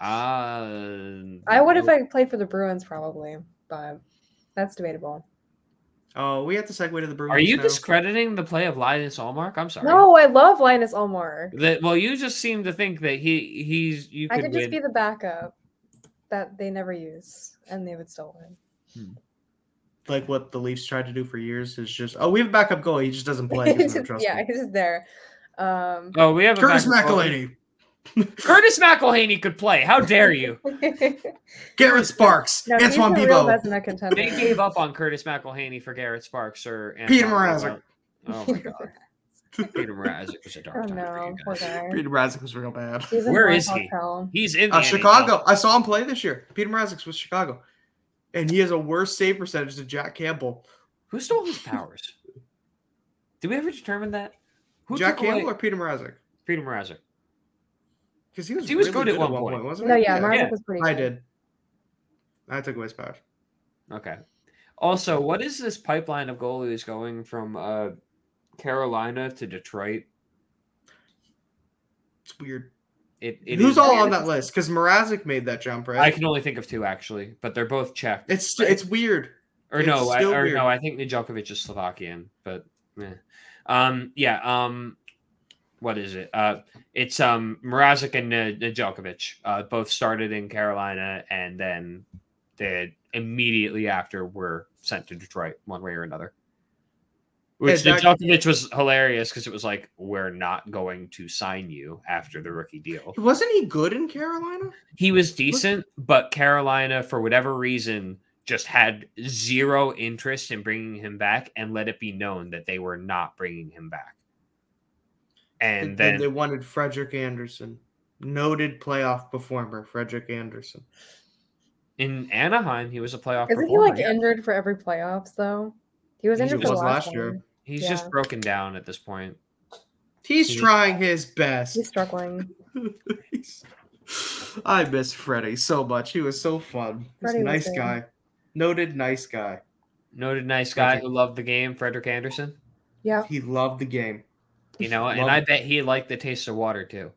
C: Uh,
B: I would if I played for the Bruins, probably, but that's debatable.
A: Oh, we have to segue to the Bruins.
C: Are you
A: now.
C: discrediting the play of Linus Allmark? I'm sorry.
B: No, I love Linus Ulmore.
C: That- well, you just seem to think that he he's you
B: I
C: could,
B: could
C: win.
B: just be the backup that they never use, and they would still win.
A: like what the Leafs tried to do for years? Is just oh, we have a backup goalie. He just doesn't play. He
B: He's
A: doesn't
B: just-
A: trust
B: yeah,
A: me.
B: he's just there. Um,
C: oh, we have a
A: Curtis
C: backup goalie.
A: McElhaney,
C: Curtis McElhaney could play. How dare you?
A: Oh. Garrett Sparks,
B: no, he's
A: Antoine
B: a real
A: Pivo.
B: Vezina
C: They
B: contender.
C: gave up on Curtis McElhaney for Garrett Sparks or
A: Peter
C: Anton
A: Mrazek.
C: Pavel. Oh my god, Peter Mrazek was a
B: oh
C: dark time for
B: no,
C: you
B: poor
C: guys.
B: guy.
A: Peter Mrazek was real bad.
B: He's in
C: Where
B: my
C: is he?
B: hotel.
C: He's in the
A: Uh,
C: NHL.
A: Chicago. I saw him play this year. Peter Mrazek was Chicago, and he has a worse save percentage than Jack Campbell.
C: Who stole his powers? Did we ever determine that? Who
A: Jack
C: took away-
A: Campbell or Peter Mrazek?
C: Peter Mrazek?
A: Because he was
C: He was
A: really
C: good at one point.
A: wasn't
B: No,
A: he?
B: yeah, Mrazek
C: Yeah.
B: was pretty.
A: I
B: good.
A: did. I took away his pouch.
C: Okay. Also, what is this pipeline of goalies going from uh, Carolina to Detroit?
A: It's weird.
C: It, it
A: Who's
C: is-
A: all on that list? Because Mrazek made that jump, right?
C: I can only think of two actually, but they're both Czech.
A: It's st- it's weird.
C: or no,
A: it's
C: I,
A: still
C: or
A: weird.
C: no, I think Nijelkovic is Slovakian, but eh. um, yeah, um, what is it? Uh, it's um Mrazek and Ni- Nijelkovic. Uh, both started in Carolina, and then they immediately after were sent to Detroit, one way or another. Which
A: Yeah, that-
C: Nijelkovic was hilarious because it was like we're not going to sign you after the rookie deal.
A: Wasn't he good in Carolina?
C: He was decent, but Carolina, for whatever reason, just had zero interest in bringing him back and let it be known that they were not bringing him back. And then,
A: they wanted Frederick Anderson, noted playoff performer Frederick Anderson.
C: in Anaheim, he was a playoff
B: Isn't he
C: performer.
B: like injured for every playoffs though? He was
C: He
B: injured
A: It
B: for the
A: was
B: last,
A: last year.
B: one.
C: He's
B: yeah.
C: just broken down at this point.
A: He's
C: He-
A: trying his best.
B: He's struggling.
A: I miss Freddie so much. He was so fun. He's
B: Freddie
A: a
B: was
A: nice
B: good.
A: guy. Noted nice guy.
C: noted nice guy
A: Thank
C: who loved the game, Frederick Anderson.
B: Yeah.
A: He loved the game.
C: You know, and
A: Love
C: I
A: it.
C: bet he liked the taste of water too.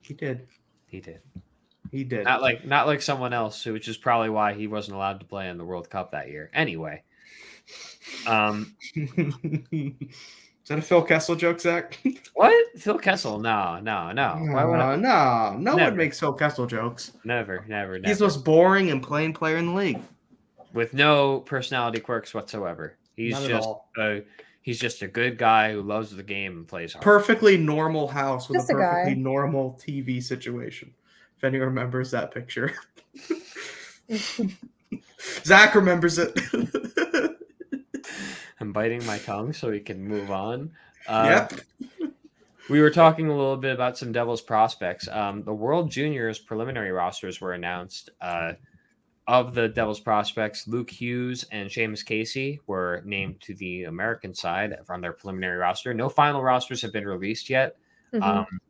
A: He did.
C: He did.
A: He did.
C: Not like not like someone else, who- which is probably why he wasn't allowed to play in the World Cup that year. Anyway. Um
A: Is that a Phil Kessel joke, Zach?
C: what? Phil Kessel. No, no, no. Why would I?
A: no, no, no
C: Never.
A: one makes Phil Kessel jokes.
C: Never, never, never.
A: He's the most boring and plain player in the league.
C: with no personality quirks whatsoever. He's
A: Not at
C: just
A: all.
C: a he's just a good guy who loves the game and plays hard.
A: perfectly normal house with
B: Just
A: a
B: a guy.
A: perfectly normal TV situation. If anyone remembers that picture, Zach remembers it.
C: I'm biting my tongue so we can move on. Uh,
A: yep.
C: We were talking a little bit about some Devils prospects. Um, the World Juniors preliminary rosters were announced. Uh, of the Devils prospects, Luke Hughes and Seamus Casey were named to the American side from their preliminary roster. No final rosters have been released yet.
B: Mhm.
C: Um,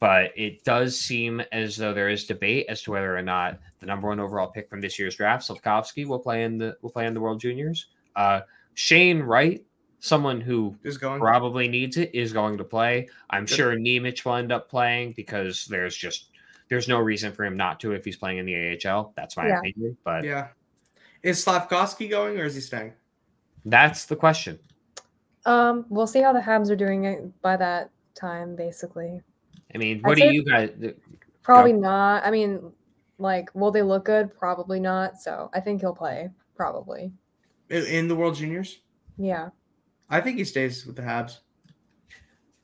C: but it does seem as though there is debate as to whether or not the number one overall pick from this year's draft, Slavkovsky, will play in the will play in the World Juniors. Uh, Shane Wright, someone who
A: Is going.
C: probably needs it, is going to play. I'm
A: Good.
C: sure Nemich will end up playing because there's just there's no reason for him not to if he's playing in the AHL. That's my
B: Yeah.
C: opinion, but
A: Yeah. Is Slavkovsky going or is he staying?
C: that's the question.
B: Um, we'll see how the Habs are doing it by that time, basically.
C: I mean,
B: I
C: what do
B: think-
C: you guys?
B: Probably not. I mean, like, will they look good? Probably not. So I think he'll play. Probably.
A: I- In the World Juniors?
B: Yeah.
A: I think he stays with the Habs.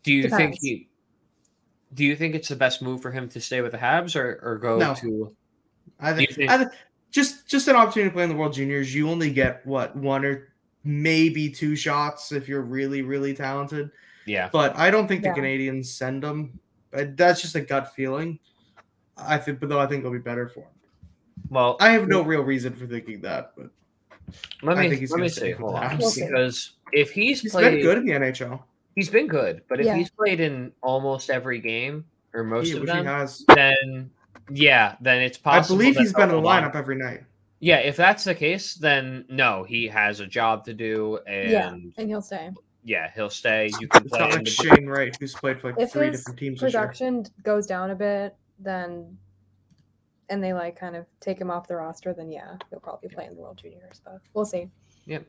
C: Do you think
B: Depends.
C: he? Do you think it's the best move for him to stay with the Habs or or go
A: No.
C: to?
A: I
C: Do you
A: think,
C: think-
A: I think just just an opportunity to play in the World Juniors. You only get what one or maybe two shots if you're really really talented.
C: Yeah,
A: but I don't think
B: Yeah.
A: the Canadians send him. Uh, That's just a gut feeling. I think, but though I think it'll be better for him.
C: well,
A: I have no real reason for thinking that, but
C: let
A: I
C: me
A: think he's
C: let me
A: gonna
C: say
A: stay
C: hold
A: with the
C: on
B: Habs. Okay.
C: because if he's,
A: he's
C: played
A: been good in the NHL.
C: he's been good, but if
B: Yeah.
C: he's played in almost every game or most
A: He,
C: of
A: he
C: them,
A: has.
C: then yeah, then it's
A: I
C: possible.
A: believe
C: that
A: he's been in
C: they'll
A: the
C: hold on.
A: lineup every night.
C: Yeah, if that's the case, then no, he has a job to do, and
B: Yeah.
C: yeah,
B: And he'll stay.
C: he'll stay. You can
A: It's
C: play.
A: not
C: in
A: like
C: the-
A: Shane Wright, who's played for like
B: If
A: three
B: his
A: different teams this year.
B: Production d- goes down a bit, then, and they like kind of take him off the roster, then yeah, he'll probably play in the World Juniors, but we'll see.
C: Yep.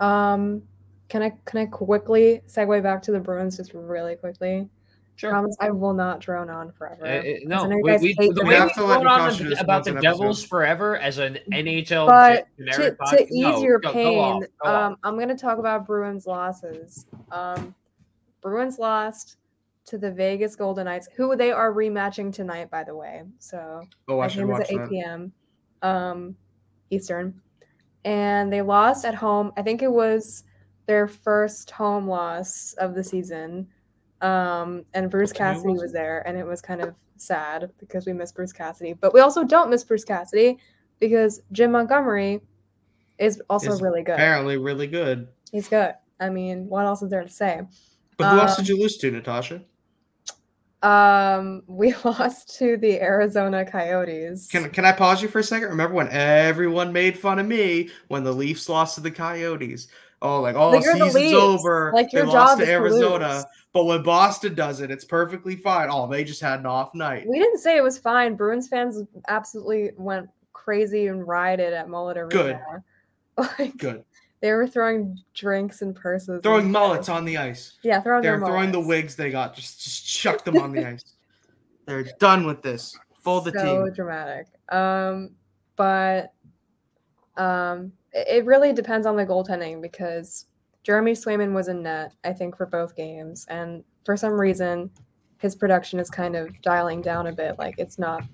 B: Um, can I can I quickly segue back to the Bruins just really quickly?
C: Sure.
B: promise I will not drone on forever.
C: Uh, uh, no,
B: Um, I know you
C: we,
B: guys
C: we,
B: hate
C: the
B: them.
A: We
C: way we
A: have to let
C: going on
A: Natasha do
C: the,
A: this
C: about
A: once
C: the
A: an
C: Devils
A: episode.
C: forever as an NHL
B: But to,
C: generic
B: to
C: podcast-
B: ease
C: no,
B: your
C: go- go
B: pain,
C: off, go off.
B: um, I'm going to talk about Bruins losses. Um, Bruins lost to the Vegas Golden Knights, who they are rematching tonight, by the way. So
A: Oh, I
B: my
A: should
B: game is
A: watch
B: at 8
A: that.
B: p.m. Um, Eastern, and they lost at home. I think it was their first home loss of the season. Um, and Bruce
A: What team
B: Cassidy
A: was
B: was there, and it was kind of sad because we miss Bruce Cassidy, but we also don't miss Bruce Cassidy because Jim Montgomery is also
A: Is
B: really good.
A: Apparently, really good.
B: He's good. I mean, what else is there to say?
A: But who else
B: Um,
A: did you lose to, Natasha?
B: Um, we lost to the Arizona Coyotes.
A: Can can I pause you for a second? Remember when everyone made fun of me when the Leafs lost to the Coyotes? Oh, like oh,
B: Like, you're the
A: season's
B: Leafs.
A: over.
B: Like,
A: they
B: your
A: lost
B: job
A: to
B: is to
A: Arizona,
B: lose.
A: but when Boston does it, it's perfectly fine. Oh, they just had an off night.
B: We didn't say it was fine. Bruins fans absolutely went crazy and rioted at Mullet Arena.
A: Good.
B: Like
A: Good.
B: they were throwing drinks and purses. and
A: Throwing
B: stuff.
A: mullets on the ice.
B: Yeah, throwing
A: They're
B: their
A: throwing the
B: mullets.
A: wigs they got. Just just chuck them on the ice. They're done with this. Fold the
B: so
A: team.
B: dramatic. Um, but um, it, it really depends on the goaltending because Jeremy Swayman was in net, I think, for both games, and for some reason, his production is kind of dialing down a bit. Like it's not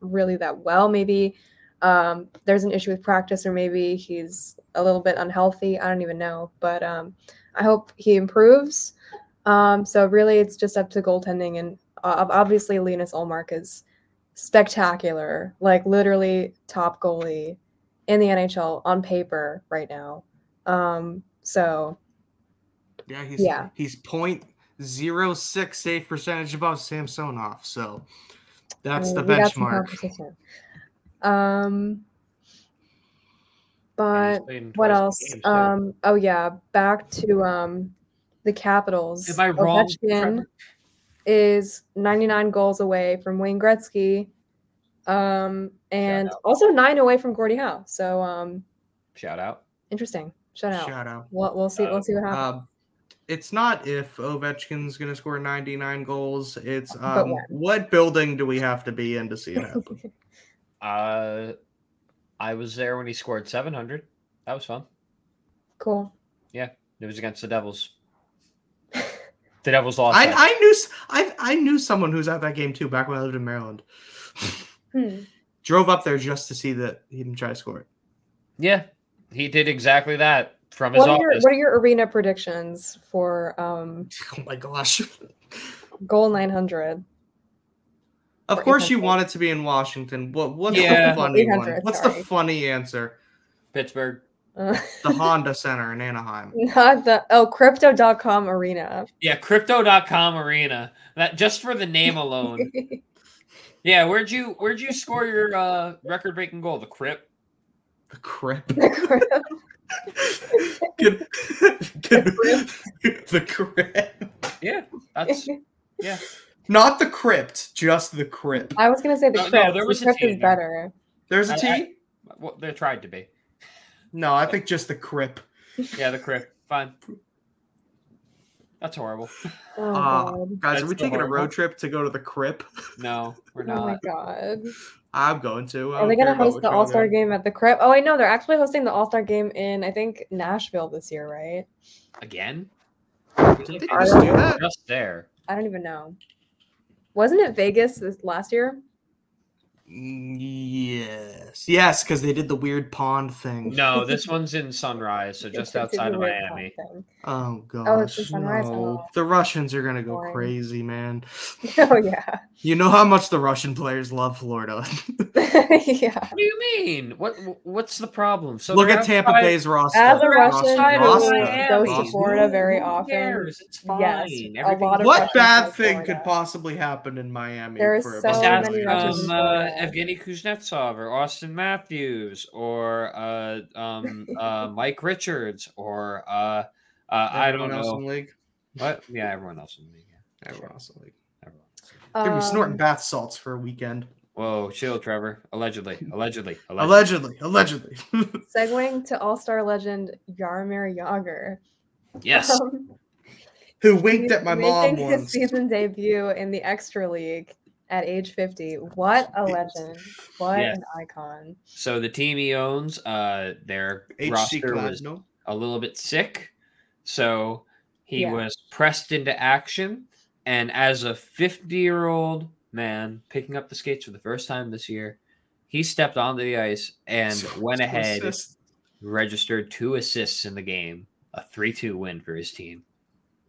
B: really that well. Maybe um, there's an issue with practice, or maybe he's a little bit unhealthy. I don't even know, but um, I hope he improves. Um, so really, it's just up to goaltending, and uh, obviously, Linus Olmark is spectacular, like literally top goalie in the NHL on paper right now. Um, so
A: Yeah, he's
B: Yeah.
A: he's point zero six save percentage above Samsonov. So
B: I
A: that's
B: mean,
A: the
B: we got some
A: benchmark.
B: competition. Um,
C: and
B: But
C: he's played in
B: what
C: 26
B: else?
C: games, too.
B: Um, oh yeah, back to um, the Capitals.
C: Am I wrong,
B: Ovechkin
C: Trevor?
B: is 99 goals away from Wayne Gretzky, um, and also nine away from Gordie Howe. So um,
C: Shout out.
B: interesting. Shut out.
A: Shout out.
B: We'll, we'll see. We'll see what happens.
A: Um, it's not if Ovechkin's going to score 99 goals. It's
B: But
A: um,
B: when.
A: what building do we have to be in to see it happen?
C: Uh, I was there when he scored 700. That was fun.
B: cool.
C: It was against the Devils. The Devils lost.
A: I,
C: that.
A: I knew s- I, I knew someone who was at that game too back when I lived in Maryland.
B: Hmm.
A: Drove up there just to see that he didn't try to score it.
C: yeah, he did exactly that from his
B: What are, your,
C: office.
B: what are your arena predictions for um,
A: Oh my gosh.
B: goal 900?
A: Of
B: Or
A: course you
B: Atlanta.
A: want it to be in Washington. What what's
C: Yeah.
A: the funny one?
B: 800,
A: What's
B: sorry.
A: the funny answer?
C: Pittsburgh.
B: Uh,
A: The Honda Center in Anaheim.
B: not the oh crypto.com arena.
C: Yeah, crypto.com arena. That just for the name alone. Yeah, where'd you where'd you score your uh record breaking goal? The Crip?
A: The crip.
B: Crypto-
A: Good- good- the crip.
C: Yeah. That's
A: Not the crypt, just the crip.
B: I was gonna say the
C: No, no,
B: crypt.
C: there
B: the
C: was a
B: crypt
C: T
B: is
C: there.
B: better.
A: There's
C: I-
A: a T?
C: I- well there tried to be.
A: no, I think just the crip.
C: Yeah, the Crip. Fine. That's horrible.
B: Oh,
A: Ah, Guys,
B: god.
C: That's
A: are we
C: so
A: taking a
C: horrible.
A: road trip to go to the crip?
C: No, we're
B: oh my
C: not.
B: god.
A: I'm going to. I
B: Are they
A: don't care
B: gonna
A: about
B: host
A: which
B: the
A: way I
B: All Star
A: go.
B: game at the crypt? Oh wait, no, they're actually hosting the All Star game in I think Nashville this year, right?
C: Again?
A: Did they
B: Are
A: just do that?
C: Just there.
B: I don't even know. Wasn't it Vegas this last year?
A: Mm, Yes. Yes, because they did the weird pond thing.
C: No, this one's in Sunrise, so just
B: It's- it's
C: outside
B: a
C: of
B: weird
C: Miami.
B: thing.
A: Oh
B: it's
A: gosh,
B: the sunrise?
A: no.
B: Oh.
A: The Russians are gonna go
B: Boring.
A: crazy, man.
B: Oh yeah,
A: You know how much the Russian players love Florida.
B: yeah.
C: What do you mean? What what's the problem? So
A: Look
C: they're
A: at Tampa
C: outside-
A: Bay's roster.
B: As a
C: They're
B: Russian,
C: outside of
A: Ross-
B: who
A: Ross-
B: goes to
A: Ross-
B: Florida very
C: Who
B: often,
C: cares? It's fine.
B: yes, a
C: Everything's
B: lot of
A: What
B: Russians go
A: bad
B: to
A: thing
B: Florida.
A: could possibly happen in Miami?
B: There are
A: for a
B: so
C: Just
A: bunch of
C: ask
B: many
A: players?
B: Russians
C: um,
B: in
C: uh,
B: Florida.
C: Evgeny Kuznetsov or Austin Matthews or uh, um, uh, Mike Richards or uh, uh, I don't
A: Everyone else in
C: know.
A: the league.
C: What? Yeah, everyone else in the league. Yeah,
A: Everyone else in the league.
C: everyone else in the league.
A: They're gonna be
B: Um,
A: snorting bath salts for a weekend.
C: Whoa, chill, Trevor. Allegedly, allegedly, allegedly.
A: Allegedly, allegedly.
B: Segueing to All Star legend Yarmir Yager.
C: Yes.
B: Um,
A: Who winked at my
B: making
A: mom
B: his
A: once?
B: season debut in the Extra League at age 50. What a legend. What
C: Yes.
B: an icon.
C: So the team he owns, uh, their
A: HC
C: roster was
A: Gladno.
C: a little bit sick. So he
B: Yeah.
C: was pressed into action. And as a 50 year old man picking up the skates for the first time this year, he stepped onto the ice and
A: So-
C: went
A: so
C: ahead,
A: assist.
C: registered two assists in the game, a 3 2 win for his team.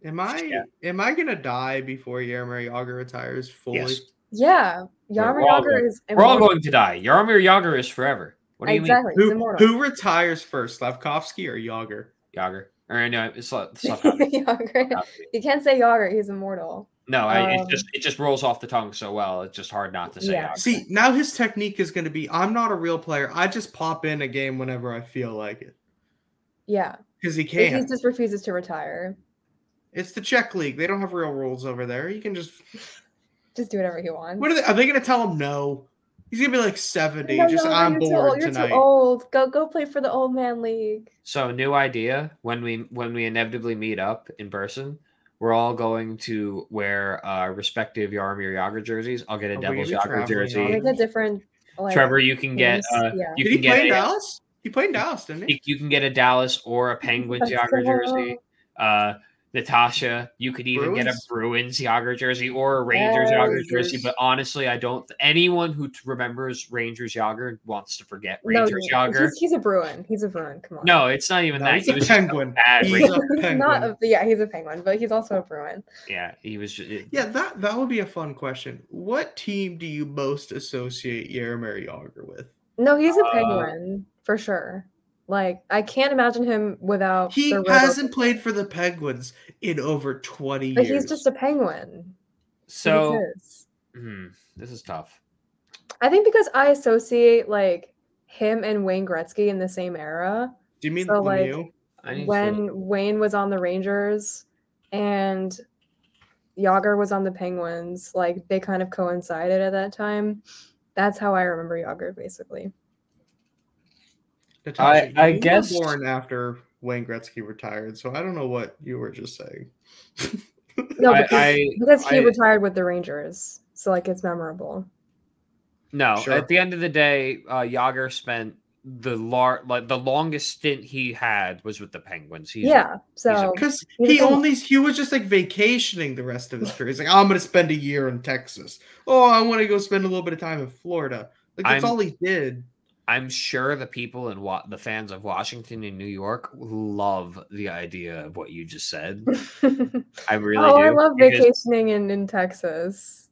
A: Am I
C: Yeah.
A: am I gonna die before Yarmir Yager retires fully?
C: Yes.
B: Yeah.
C: We're
B: Yarmir
C: all
B: Yager
C: going-
B: is
C: We're all
B: immortal.
C: going to die. Yarmir Yager is forever. What do you mean,
B: exactly. He's
A: Who,
B: immortal.
A: who retires first, Slavkovsky or Yager?
C: Yager? Or no, it's not. it's not-
B: Yager. You can't say Yager. He's immortal.
C: no, I, it
B: Um,
C: just it just rolls off the tongue so well. It's just hard not to say.
B: Yeah.
C: Yager.
A: See, now his technique is going to be I'm not a real player. I just pop in a game whenever I feel like it
B: Yeah.
A: because he
B: He
A: can't.
B: just refuses to retire.
A: It's the Czech league. They don't have real rules over there. You can just.
B: Just do whatever he wants.
A: What are they? Are they going to tell him no? He's going to be like 70.
B: No,
A: just
B: Yager,
A: I'm
B: you're too
A: bored
B: old- you're
A: tonight.
B: too old. Go go play for the old man league.
C: So new idea when we when we inevitably meet up in person, we're all going to wear uh, respective Yarmir Yager jerseys. I'll get a
A: Are we gonna
C: Devils
A: Oh, be
C: Yager
A: traveling
C: jersey.
A: on-
B: It's a different like
C: Trevor, you can get
B: teams,
C: uh,
B: yeah.
C: you
A: Did he
C: can
A: play in
C: get a,
A: Dallas? He played in Dallas, didn't
C: you,
A: he?
C: you can get a Dallas or a Penguins Yager jersey. Uh, Natasha, you could even get a
A: Bruins?
C: Bruins Yager jersey or a Rangers
B: Yes.
C: Yager jersey. But honestly, I don't. Anyone who t- remembers Rangers Yager wants to forget
B: No,
C: Rangers
B: no,
C: Yager.
B: He's, he's a Bruin. He's a Bruin. Come on.
C: No, it's not even
A: No,
C: that.
A: he's
C: He
A: a
C: was just
A: Penguin.
C: bad
A: He's
C: Ranger.
A: a
B: he's not.
A: penguin.
B: A, yeah, he's a penguin, but he's also a Bruin.
C: Yeah, he was. Just,
A: Yeah, that, that would be a fun question. What team do you most associate Yarmir Yager with?
B: No, he's a
C: Uh,
B: penguin for sure. Like I can't imagine him without.
A: He
B: Oh, the Roto-
A: hasn't played for the Penguins in over 20
B: But
A: years.
B: he's just a penguin. He
C: So
B: is.
C: Hmm, this is tough.
B: I think because I associate like him and Wayne Gretzky in the same era.
A: Do you mean
B: So, like,
A: Lemieux?
C: I need
B: when
C: to,
B: Wayne was on the Rangers and Yager was on the Penguins, like they kind of coincided at that time. That's how I remember Yager basically.
A: Natasha,
C: I
A: you were
C: guessed-
A: born after Wayne Gretzky retired, so I don't know what you were just saying.
B: No,
C: I,
B: because,
C: I
B: because he
C: I-
B: retired with the Rangers, so like it's memorable.
C: no.
A: Sure.
C: At the end of the day, uh, Yager spent the lar- like the longest stint he had was with the Penguins. He's
B: yeah, so
A: Because
B: He's
A: he
B: like, "Oh."
A: only he was just like vacationing the rest of his career. He's like, I'm gonna spend a year in Texas. Oh, I want to go spend a little bit of time in Florida. Like that's
C: I'm-
A: all he did.
C: I'm sure the people in wa- the fans of Washington and New York love the idea of what you just said. I really
B: oh,
C: do.
B: I love
C: because-
B: vacationing in in Texas.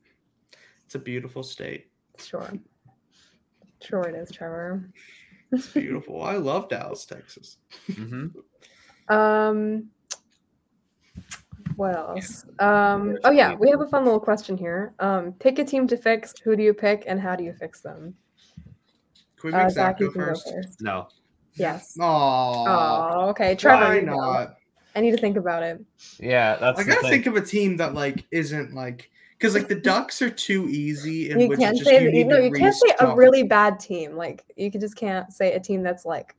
A: It's a beautiful state.
B: Sure, sure it is, Trevor.
A: It's beautiful. I love Dallas, Texas.
C: Mhm.
B: Um, what else? Um,
C: Where's
B: oh yeah,
C: the-
B: we have a fun little question here. Um, pick a team to fix. Who do you pick, and how do you fix them?
A: Can we make
B: Uh,
A: Zach
B: Zach, you
A: go
B: can go
A: first?
B: first.
C: No,
B: Yes.
A: Aw,
B: Oh, okay, Trevor.
A: why
B: you go.
A: not?
B: I need to think about it.
C: yeah, that's
A: I
C: the
A: gotta
C: thing.
A: think of a team that like isn't like because like the Ducks are too easy. In
B: You
A: which
B: can't
A: just,
B: say
A: you
B: you
A: need
B: no.
A: to
B: You can't say a
A: restock.
B: really bad team. Like you could just can't say a team that's like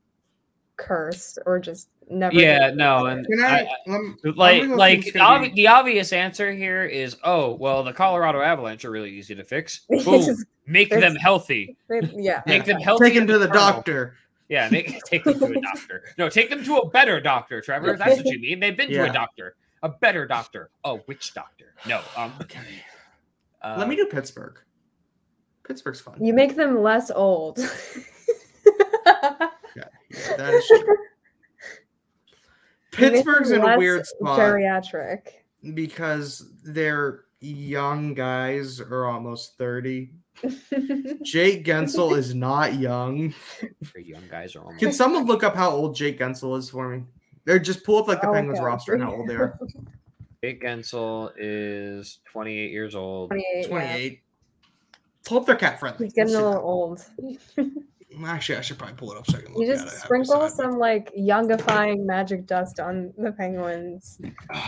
B: cursed or just never.
C: Yeah, no, and
A: Can
C: I-
A: I, um,
C: like
A: gonna
C: like
A: think it's
C: the,
A: gonna be-
C: obvi- the obvious answer here is oh well the colorado avalanche are really easy to fix boom
B: Just-
C: make
B: fix-
C: them healthy
B: it- yeah.
C: make them
B: okay.
C: healthy
A: take him
C: and
A: to the
C: eternal.
A: doctor?
C: yeah make, take them to a doctor no take them to a better doctor trevor that's what you mean they've been to
A: Yeah.
C: a doctor a better doctor oh which doctor no um
A: Okay.
C: uh,
A: Let me do Pittsburgh. Pittsburgh's fun.
B: You make them less old.
A: Yeah, that is true.
B: You make
A: Pittsburgh's
B: them
A: in a
B: less
A: weird spot
B: Geriatric.
A: because their young guys are almost 30. Jake Gensel is not young.
C: for young guys are almost
A: Can someone look up how old Jake Gensel is for me? Or just pull up like the
B: Oh,
A: Penguins
B: God.
A: roster and how old they are.
C: Jake Gensel is 28 years old
B: 28. 28.
A: 28. Pull up their cat friendly.
B: He's getting a
A: Let's
B: little old.
A: see. Actually, I should probably pull it up so I can look
B: You just
A: at it.
B: sprinkle
A: beside me.
B: some like youngifying magic dust on the penguins.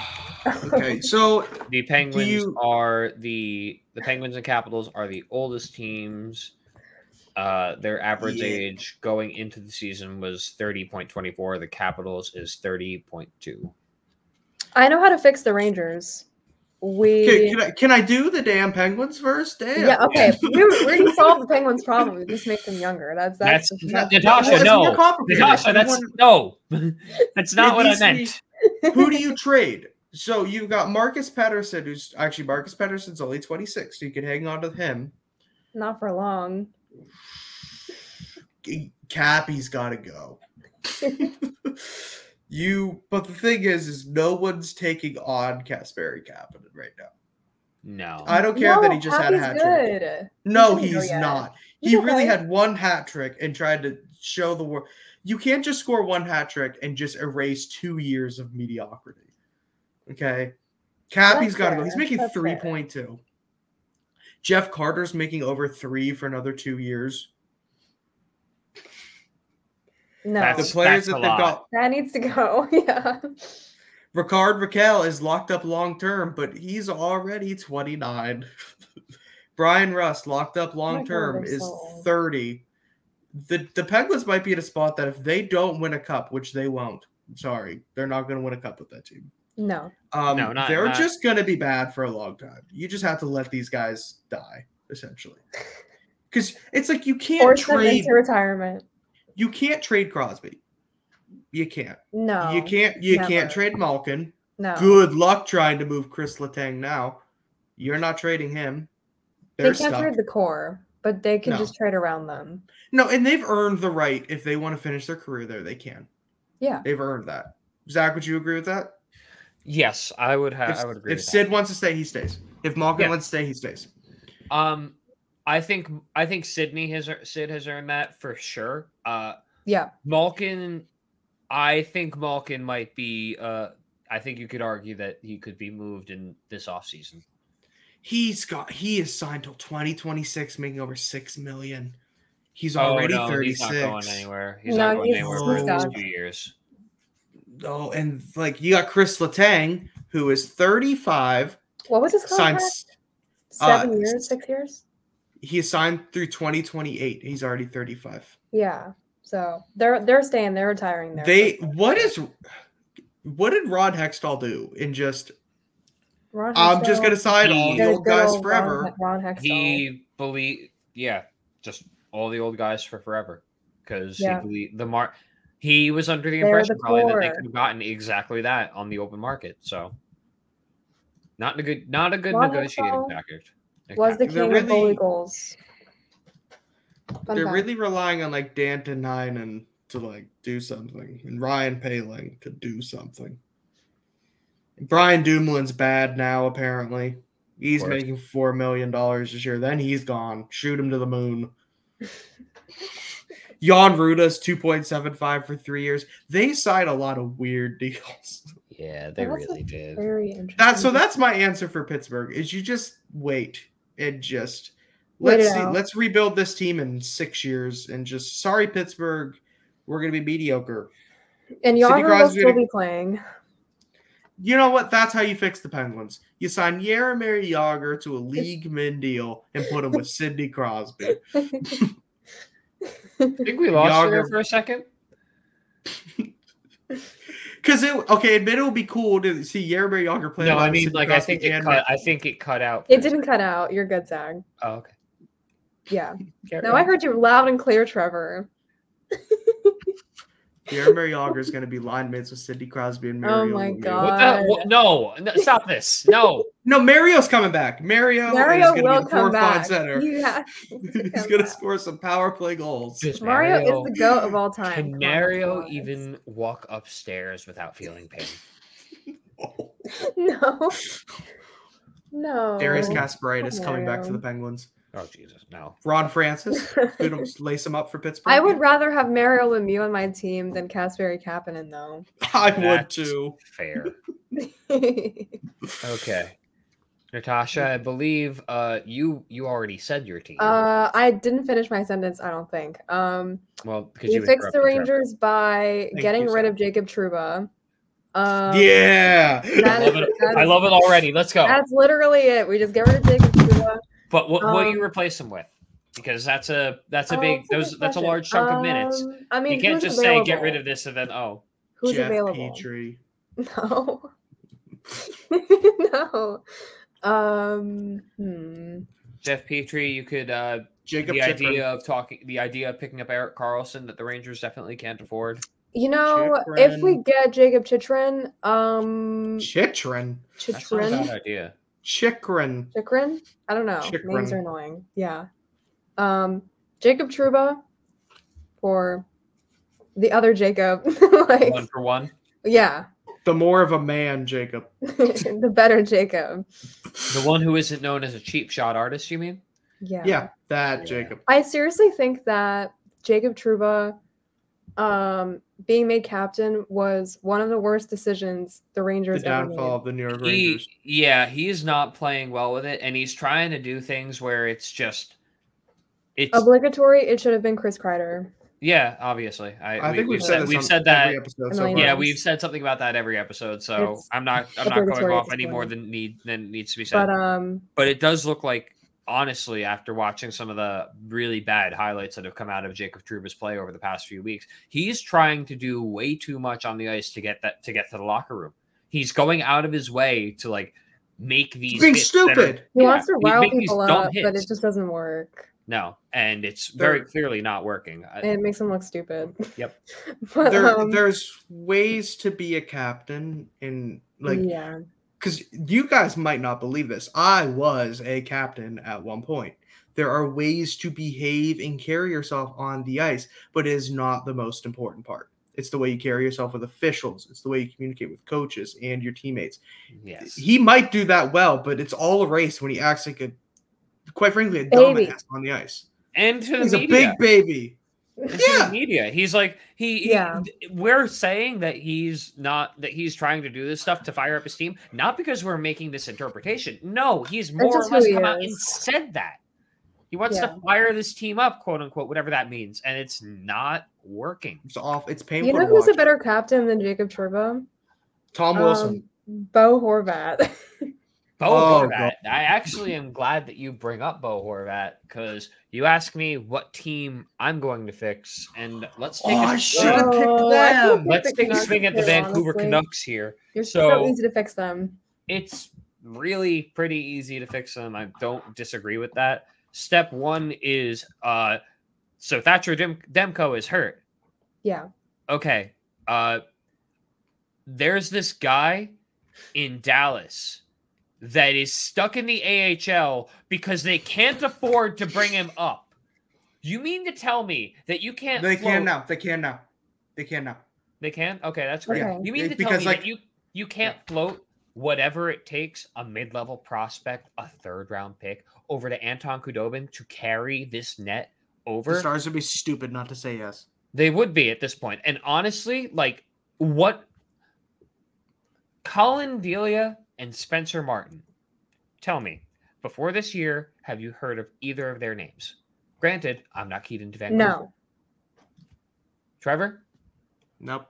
A: okay, so
C: The Penguins
A: you-
C: are the the Penguins and Capitals are the oldest teams. Uh, their average
A: Yeah.
C: age going into the season was thirty point twenty four. The Capitals is thirty point two.
B: I know how to fix the Rangers. We
A: can, can I, can I do the damn Penguins first? Damn.
B: yeah okay. we already solved the penguins' problem. We just make them younger. That's that's,
C: That's,
A: No,
C: Natasha.
A: it's more
C: No,
A: complicated.
C: Natasha.
A: You
C: That's
A: wanna-
C: no. That's not what I
A: needs to be-
C: meant.
A: who do you trade? So you've got Marcus Patterson, who's actually Marcus Patterson's only 26, so you can hang on to him.
B: not for long.
A: G- Cappy's got to go. you, but the thing is, is no one's taking on Kasperi Kapanen right now.
C: No.
A: I don't care that
B: No,
A: he just had a hat
B: Happy's
A: trick.
B: good.
A: No,
B: He didn't go
A: he's
B: yet.
A: not.
B: He's
A: He really
B: okay.
A: had one hat trick and tried to show the world. You can't just score one hat trick and just erase two years of mediocrity. Okay. Cappy's
B: That's
A: got to go. He's
B: fair.
A: making
B: That's fair.
A: 3.2. Jeff Carter's making over three for another two years.
B: No,
A: The
C: That's-
A: players
C: a
A: that they've
C: lot.
A: got,
B: that needs to go. Yeah.
A: Ricard Raquel is locked up long term, but he's already 29. Brian Rust locked up long
B: God,
A: term
B: they're
A: is
B: so old.
A: 30. The the Penguins might be in a spot that if they don't win a cup, which they won't, I'm sorry, they're not going to win a cup with that team.
B: No.
A: Um,
C: No, not-
A: they're
C: not-
A: just going to be bad for a long time. You just have to let these guys die, essentially, because it's like you can't
B: Force them
A: trade.
B: into retirement.
A: You can't trade Crosby. You can't.
B: No.
A: you can't. You
B: never.
A: can't trade Malkin.
B: No.
A: Good luck trying to move Chris Letang now. You're not trading him.
B: They
A: They're
B: can't
A: stuck.
B: trade the core, but they can
A: No.
B: just trade around them.
A: No, and they've earned the right if they want to finish their career there, they can.
B: Yeah.
A: They've earned that. Zach, would you agree with that?
C: yes, I would have.
A: if
C: I would agree.
A: if
C: with that.
A: Sid wants to stay, he stays. If Malkin
C: Yeah.
A: wants to stay, he stays.
C: Um, I think I think Sydney has ear- Sid has earned that for sure. Uh,
B: Yeah.
C: Malkin, I think Malkin might be. Uh, I think you could argue that he could be moved in this offseason.
A: He's got he is signed till 2026, making over six million. He's
C: Oh,
A: already
C: no,
A: 36.
C: He's not going anywhere. He's
B: No,
C: not going
B: he's-
C: anywhere
A: he's
C: for at least
B: done.
C: two years.
A: Oh, and like you got Chris Letang, who is 35,
B: What was his
A: signed
B: contract?
A: s-
B: Seven
A: uh,
B: years, six years?
A: he is signed through 2028. He's already 35.
B: Yeah. So they're they're staying. They're retiring there.
A: They what is what did Rod Hextall do in just
B: Ron
A: I'm just
B: Hextall-
A: gonna sign all
C: He-
A: the
B: Good
A: old guys
B: old
A: forever.
B: Ron, Ron Hextall.
C: He believe, yeah, just all the old guys for forever because
B: Yeah.
C: he believed the mark. He was under the
B: They're
C: impression
B: the
C: probably that they
B: core.
C: could have gotten exactly that on the open market. So, not a good, not a good
B: Ron
C: negotiating
B: Hextall
C: package.
B: was the
A: They're
B: king of
A: really-
B: goalie goals. Fun
A: They're
B: fact.
A: really relying on like Dan Denine to like do something and Ryan Paling to do something. Brian Dumoulin's bad now, apparently. He's
C: course.
A: making four million dollars this year. Then he's gone. Shoot him to the moon. Jan Ruda's 2.75 for three years. They signed a lot of weird deals.
C: yeah, they
B: That's a
C: really did.
B: very interesting.
A: That so that's my answer for Pittsburgh is you just wait and just
B: Wait it
A: let's see,
B: out.
A: let's rebuild this team in six years and just sorry Pittsburgh, we're gonna be mediocre.
B: and
A: Sidney
B: Yarger will
A: Crosby
B: still
A: to-
B: be playing.
A: You know what? That's how you fix the Penguins. You sign Yaramir Yager to a league min deal and put him with Sidney Crosby.
C: I think we lost you there
A: Yager-
C: for a second.
A: Because it okay, admit it would be cool to see Yaramir Yager play.
C: No,
A: along
C: I
A: with
C: mean,
A: Sidney
C: like I
A: Crosby
C: think it
A: and-
C: cut. I think it cut out.
B: it didn't cut out. You're good, Zag.
C: Oh, okay.
B: Yeah.
C: Carry
B: No, I
C: on.
B: heard you loud and clear, Trevor.
A: Yaramir Yager is gonna be line mates with Sidney Crosby and Mario.
B: Oh my
A: Lemieux.
B: God.
C: What the, what, no, no, stop this. No,
A: No, Mario's coming back. Mario,
B: Mario
A: is gonna
B: will
A: be the
B: come
A: fourth line
B: back.
A: center.
B: You have to
A: He's
B: come
A: gonna
B: back.
A: score some power play goals.
C: Does
B: Mario
C: Mario-
B: is the goat of all time.
C: Can
B: Come on,
C: Mario
B: guys.
C: even walk upstairs without feeling pain?
B: No. No.
A: Darius Kasparaitis coming back for
B: Mario.
A: the Penguins.
C: Oh Jesus, no.
A: Ron Francis, good him- lace him up for Pittsburgh.
B: I would rather have Mario Lemieux on my team than Kasperi Kapanen, though.
A: I would
C: That's-
A: too.
C: Fair. Okay. Natasha, I believe uh you you already said your team.
B: uh, I didn't finish my sentence. I don't think. Um,
C: well, because
B: we
C: you
B: fixed the
C: interrupted her.
B: Rangers by
A: Thank
B: getting
A: you,
B: rid
A: sir.
B: of Jacob Truba. Um,
A: yeah.
B: that
C: I love it.
B: that
C: I love it already. Let's go.
B: That's literally it. We just get rid of Jacob Truba.
C: But what, what do you
B: um,
C: replace them with? Because that's a that's a
B: Oh,
C: big
B: good
C: those that's a
B: question.
C: large chunk of minutes.
B: Um, I mean,
C: You can't
B: who's
C: just say get rid
B: available?
C: of this and then oh
B: Who's
A: Jeff
B: available?
A: Petrie.
B: No. no. Um. Hmm.
C: Jeff Petrie, you could uh
A: Jacob
C: the
A: Chikrin.
C: idea of talking the idea of picking up Eric Carlson that the Rangers definitely can't afford.
B: You know, if we
A: Chikrin.
B: get Jacob Chitrin, um,
A: Chikrin.
C: That's not a bad
B: Chitrin,
C: idea.
A: Chikrin.
B: Chikrin, I don't know. Names
A: Chikrin.
B: are annoying. Yeah. Um, Jacob Truba, or the other Jacob. like,
C: One for one.
B: yeah,
A: The more of a man, Jacob.
B: the better Jacob.
C: The one who isn't known as a cheap shot artist, you mean?
B: Yeah.
A: Yeah, that
C: Yeah.
A: Jacob.
B: I seriously think that Jacob Truba um, being made captain was one of the worst decisions the
A: The
B: Rangers ever made.
A: downfall of the New York
C: He,
A: Rangers.
C: yeah, he's not playing well with it, and he's trying to do things where it's just, it's
B: Obligatory. It should have been Chris Kreider.
C: yeah, obviously. I,
A: I
C: we,
A: think
C: we've,
A: we've
C: said,
A: said this
C: we've
A: on
C: said that.
A: every episode
B: a
A: so
B: million
A: far.
C: Yeah,
B: times.
C: we've said something about that every episode, so
B: It's
C: I'm not I'm not going
B: obligatory at
C: off
B: this
C: any
B: point.
C: more than need than needs to be
B: But
C: said. But,
B: um,
C: it does look like, honestly, after watching some of the really bad highlights that have come out of Jacob Truba's play over the past few weeks, he's trying to do way too much on the ice to get that to get to the locker room. He's going out of his way to like make these
A: Being
C: hits that are-
A: stupid.
B: he
C: Yeah,
B: wants to
C: he's
B: rile
C: making these
B: people
C: dumb
B: up, but
C: hits.
B: it just doesn't work.
C: No, and it's
A: They're-
C: very clearly not working. I-
B: And it makes them look stupid.
C: Yep.
B: but,
A: there,
B: um,
A: there's ways to be a captain and like
B: yeah,
A: because you guys might not believe this i was a captain at one point there are ways to behave and carry yourself on the ice but it is not the most important part it's the way you carry yourself with officials it's the way you communicate with coaches and your teammates
C: yes.
A: he might do that well but it's all a race when he acts like a quite frankly a
B: Baby.
A: dumbass on the ice
C: and to the
A: he's a
C: media.
A: big baby
C: And to the
A: yeah.
C: media. He's like he, he-
B: Yeah.
C: th- we're saying that he's not that he's trying to do this stuff to fire up his team, not because we're making this interpretation. No, he's more or
B: just who
C: less
B: he
C: come out and
B: is.
C: said that. He wants
B: Yeah.
C: to fire this team up, quote unquote, whatever that means, and it's not working.
A: It's off. It's
B: You
A: painful.
B: know
A: to
B: who's a
A: watch.
B: better captain than Jacob Turbo?
A: Tom Wilson.
B: Um, Bo Horvat.
C: Bo
A: Oh,
C: Horvat. I actually am glad that you bring up Bo Horvat because you ask me what team I'm going to fix, and let's take
A: Oh, I
C: a
A: should have
C: swing.
B: Oh,
A: picked
B: I think
A: them.
B: we
C: let's
B: picked
C: take a
B: Canucks
C: swing at the
B: here,
C: Vancouver
B: honestly.
C: Canucks here.
B: You're so,
C: So-
B: easy to fix them.
C: It's really pretty easy to fix them. I don't disagree with that. Step one is uh, so Thatcher Dem- Demko is hurt.
B: Yeah.
C: okay uh there's this guy in dallas that is stuck in the ahl because they can't afford to bring him up you mean to tell me that you can't
A: They
C: float-
A: can now. They can now. They can now.
C: they can okay that's great
B: Okay.
C: you mean
A: It-
C: to tell
A: because,
C: me
A: like-
C: that you you can't float whatever it takes a mid-level prospect a third round pick over to anton kudobin to carry this net
A: The
C: over
A: stars would be stupid not to say yes.
C: They would be at this point. And honestly, like what Colin Delia and Spencer Martin, tell me, before this year, have you heard of either of their names? Granted, I'm not keyed into Vancouver.
B: No.
C: Trevor?
A: Nope.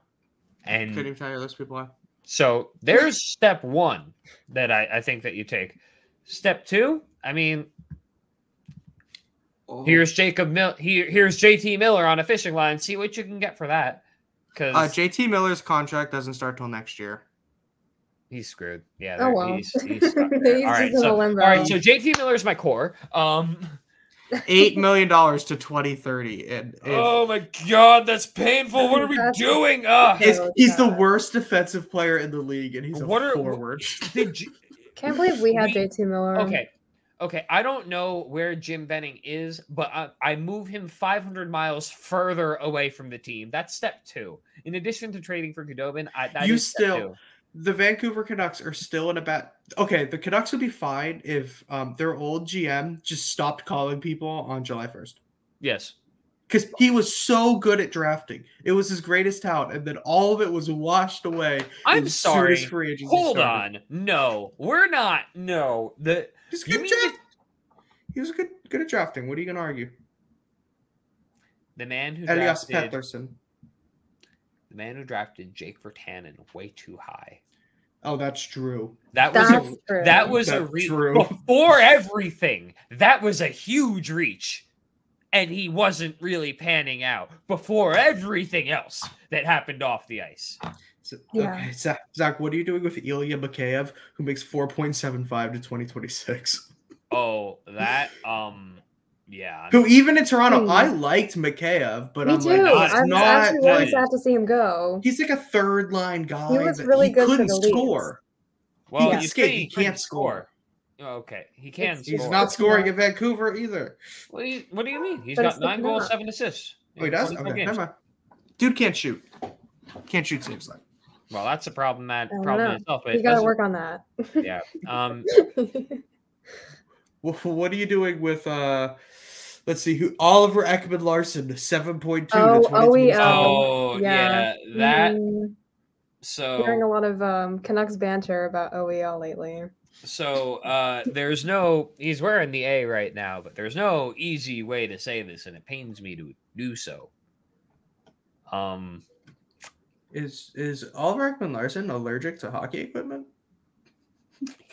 A: Couldn't
C: And
A: even tell you those people are.
C: so there's step one that I, I think that you take. Step two, I mean,
A: Oh.
C: here's Jacob Mill here, here's JT Miller on a fishing line. See what you can get for that. Cause
A: uh, JT Miller's contract doesn't start till next year.
C: He's screwed. Yeah.
B: Oh,
C: there-
B: well.
C: He's, he's stuck
B: He's
C: there. all
B: just
C: right.
B: in a
C: So, all
B: limbo.
C: right. So JT Miller is my core. Um.
A: Eight million dollars to twenty thirty, and if-
C: Oh my God, that's painful. What are we
B: That's-
C: doing? Ah.
A: he's,
B: Oh,
A: he's the
B: God.
A: worst defensive player in the league, and he's a
C: What are-
A: forward.
C: Did you,
B: Can't believe we had
C: We-
B: JT Miller.
A: Um,
C: okay. Okay. I don't know where Jim Benning is, but I, I move him 500 miles further away from the team. That's step two. In addition to trading for Gudobin, I that
A: You
C: is step
A: still-
C: two.
A: the Vancouver Canucks are still in a bad. Okay, the Canucks would be fine if um, their old GM just stopped calling people on July first
C: yes.
A: because he was so good at drafting. It was his greatest talent, and then all of it was washed away.
C: I'm
A: as soon
C: sorry.
A: as Free agency
C: Hold
A: started.
C: on. No, we're not. No, the
A: He's
C: You
A: good
C: mean
A: at
C: to-
A: draft- He was good good at drafting. What are you gonna argue?
C: the man who
A: Elias
C: drafted
A: Pettersson.
C: the man who drafted Jake Vertanen way too high.
A: Oh, that's Drew.
C: That was
B: That's
C: a,
B: true.
C: that was a
A: That's
C: reach
A: true.
C: before everything. That was a huge reach, and he wasn't really panning out before everything else that happened off the ice.
A: So-
B: Yeah.
A: Okay, Zach, Zach, what are you doing with Ilya Mikheyev, who makes four point seven five to twenty twenty six?
C: Oh, that um, yeah.
A: Who even in Toronto,
B: Hmm.
A: I liked Mikheyev, but
B: Me
A: I'm
B: too.
A: like,
C: God,
A: it's
B: I'm
A: not
B: actually
A: like-
B: really sad to see him go.
A: he's like a third line guy.
B: was
A: that
B: really
A: he
B: good for
A: couldn't
B: the Leafs.
A: score.
C: Well,
A: can
C: you
A: skate,
C: say
A: he
C: couldn't
A: can't score.
C: score. Okay, he can.
B: It's-
A: He's
C: score.
A: not scoring
B: Yeah.
A: in Vancouver either.
C: What do you, what do you mean? He's
B: But
C: got
B: it's the
C: nine goals,
B: Canucks.
C: seven assists.
A: Oh, he
C: in
A: does.
C: 24
A: Okay,
C: games.
A: never mind. Dude can't shoot. Can't shoot. Seems like
C: Well, that's a problem.
B: I
C: That
B: don't
C: problem
B: know.
C: in itself. But
B: You
C: it
B: got to
C: doesn't-
B: work on that.
C: Yeah. Um.
A: Wh- what are you doing with uh let's see who Oliver Ekman Larson 7.2
B: Oh,
A: to 20
B: OEL.
C: Oh
B: yeah.
C: yeah that. oh.
B: Mm,
C: So
B: hearing a lot of um, Canucks banter about OEL lately.
C: So uh, there's no he's wearing the A right now, but there's no easy way to say this, and it pains me to do so. Um
A: Is is Oliver Ekman Larson allergic to hockey equipment?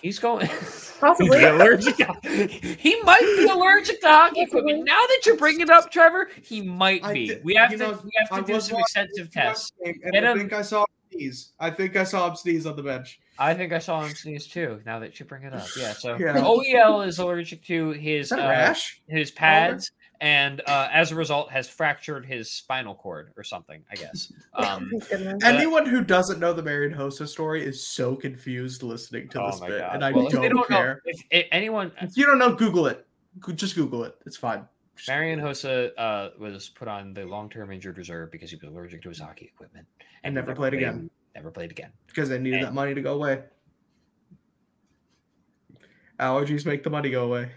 C: he's going
B: Possibly.
C: He's allergic to- he might be allergic to hockey
B: Possibly.
C: equipment. Now that you bring it up, Trevor, he might
A: I
C: be.
A: did-
C: we have to
A: you know,
C: we have
A: I
C: to do
A: was
C: some
A: watching
C: extensive tests.
A: And
C: Get
A: I
C: him.
A: think I saw him sneeze. I think I saw him sneeze on the bench.
C: I think I saw him sneeze too, now that you bring it up. Yeah, so
A: Yeah.
C: OEL is allergic to
A: Is
C: his
A: that a
C: uh,
A: rash?
C: his pads and uh, as a result has fractured his spinal cord or something i guess um,
B: Thank goodness.
C: that-
A: Anyone who doesn't know the Marion Hossa story is so confused listening to this bit, and I
C: oh Well, if they
A: don't,
C: know-
A: care.
C: if, if anyone uh,
A: If you don't know, Google it. Go- Just Google it. It's fine. Just-
C: marion hossa uh, was put on the long-term injured reserve because he was allergic to his hockey equipment
A: And never played again.
C: never played again
A: because they needed
C: And-
A: that money to go away. Allergies make the money go away.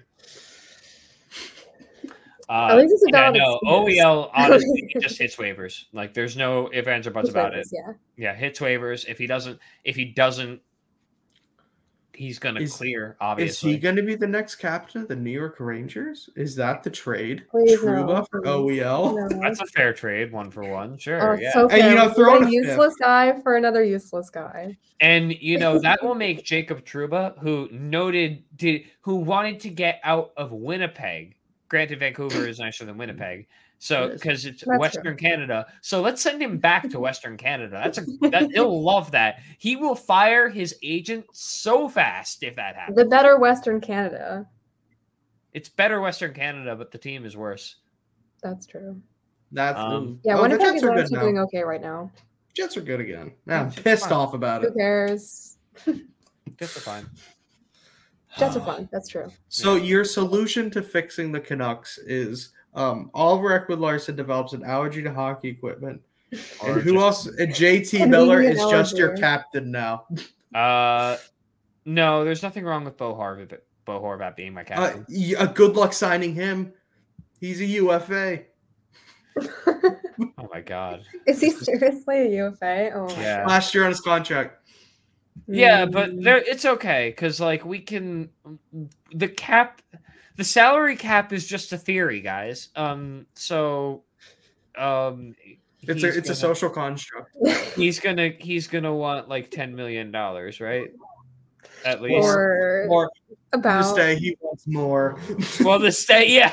A: Oh,
C: uh,
B: At least it's a
C: yeah,
B: valid
C: no,
B: excuse.
C: OEL honestly it just hits waivers. Like there's no ifs, ands, or buts
B: Just
C: about
B: like
C: it.
B: this, Yeah.
C: Yeah, hits waivers. If he doesn't, if he doesn't he's going to
A: Is-
C: clear.
A: Is
C: Obviously,
A: he going to be the next captain of the New York Rangers? Is that the trade?
B: Please no.
A: Truba for E OEL?
B: No.
C: that's a fair trade, one for one. Sure,
B: Oh,
C: yeah.
B: so
A: And, you know,
B: fair.
A: throw
B: One
A: in a fifth.
B: useless guy for another useless guy.
C: And you know that will make Jacob Truba, who noted did who wanted to get out of Winnipeg. Granted, Vancouver is nicer than Winnipeg, so
A: It is.
C: because it's
B: That's
C: Western Canada. So let's send him back to Western Canada. That's a that, he'll love that. He will fire his agent so fast if that happens.
B: The better Western Canada.
C: It's better Western Canada, but the team is worse.
B: That's true.
A: That's
C: Um,
A: ooh.
B: Yeah,
A: oh, the
B: Winnipeg
A: Jets
B: is
A: are good
B: actually
A: now.
B: doing okay right now.
A: Jets are good again. Now I'm
C: Jets are
A: pissed
C: fine.
A: off about
B: Who
A: it.
B: cares?
C: Just fine.
A: Oh.
B: Jets are fun. That's true.
A: So your solution to fixing the Canucks is um, Oliver Ekwood Larson develops an allergy to hockey equipment, and
C: Or
A: who else?
C: just-
A: And JT
B: Convenient
A: Miller is just your
B: allergy.
A: captain now.
C: Uh, no, there's nothing wrong with Bo Harvey, but Bo Horvat being my
A: Uh,
C: captain.
A: y- uh, good luck signing him. He's a UFA.
C: oh my god.
B: is he seriously a UFA? Oh my
C: Yeah.
A: Last year on his contract.
C: Yeah, but
B: Mm.
C: there, it's okay because like we can the cap, the salary cap is just a theory, guys. Um, so, um,
A: It's
C: he's
A: a it's a
C: gonna-
A: social construct.
C: He's gonna he's gonna want like ten million dollars, right? At least.
B: or,
C: Or-
A: To
B: about
A: stay, he wants more.
C: well, the state, yeah.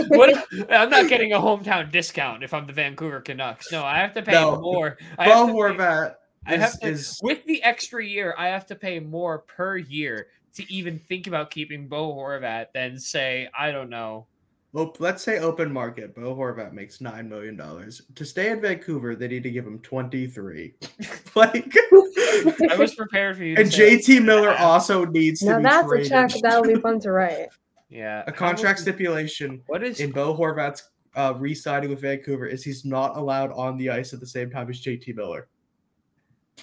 C: what, I'm not getting a hometown discount if I'm the Vancouver Canucks. No, I have to pay
A: No.
C: more. I have
A: Bo
C: to pay-
A: Horvat
C: I
A: is,
C: have to-
A: is
C: with the extra year, I have to pay more per year to even think about keeping Bo Horvat than say, I don't know.
A: Op- let's say open market. Bo Horvat makes nine million dollars to stay in Vancouver. They need to give him twenty three. like,
C: I was prepared for you. To
A: and
C: say-
A: JT Miller also needs to
B: now
A: be
B: that's
A: traded.
B: a check that'll be fun to write.
C: yeah,
A: A contract
C: How is-
A: stipulation
C: What is?
A: in Bo Horvat's uh, re-signing with Vancouver is he's not allowed on the ice at the same time as JT Miller.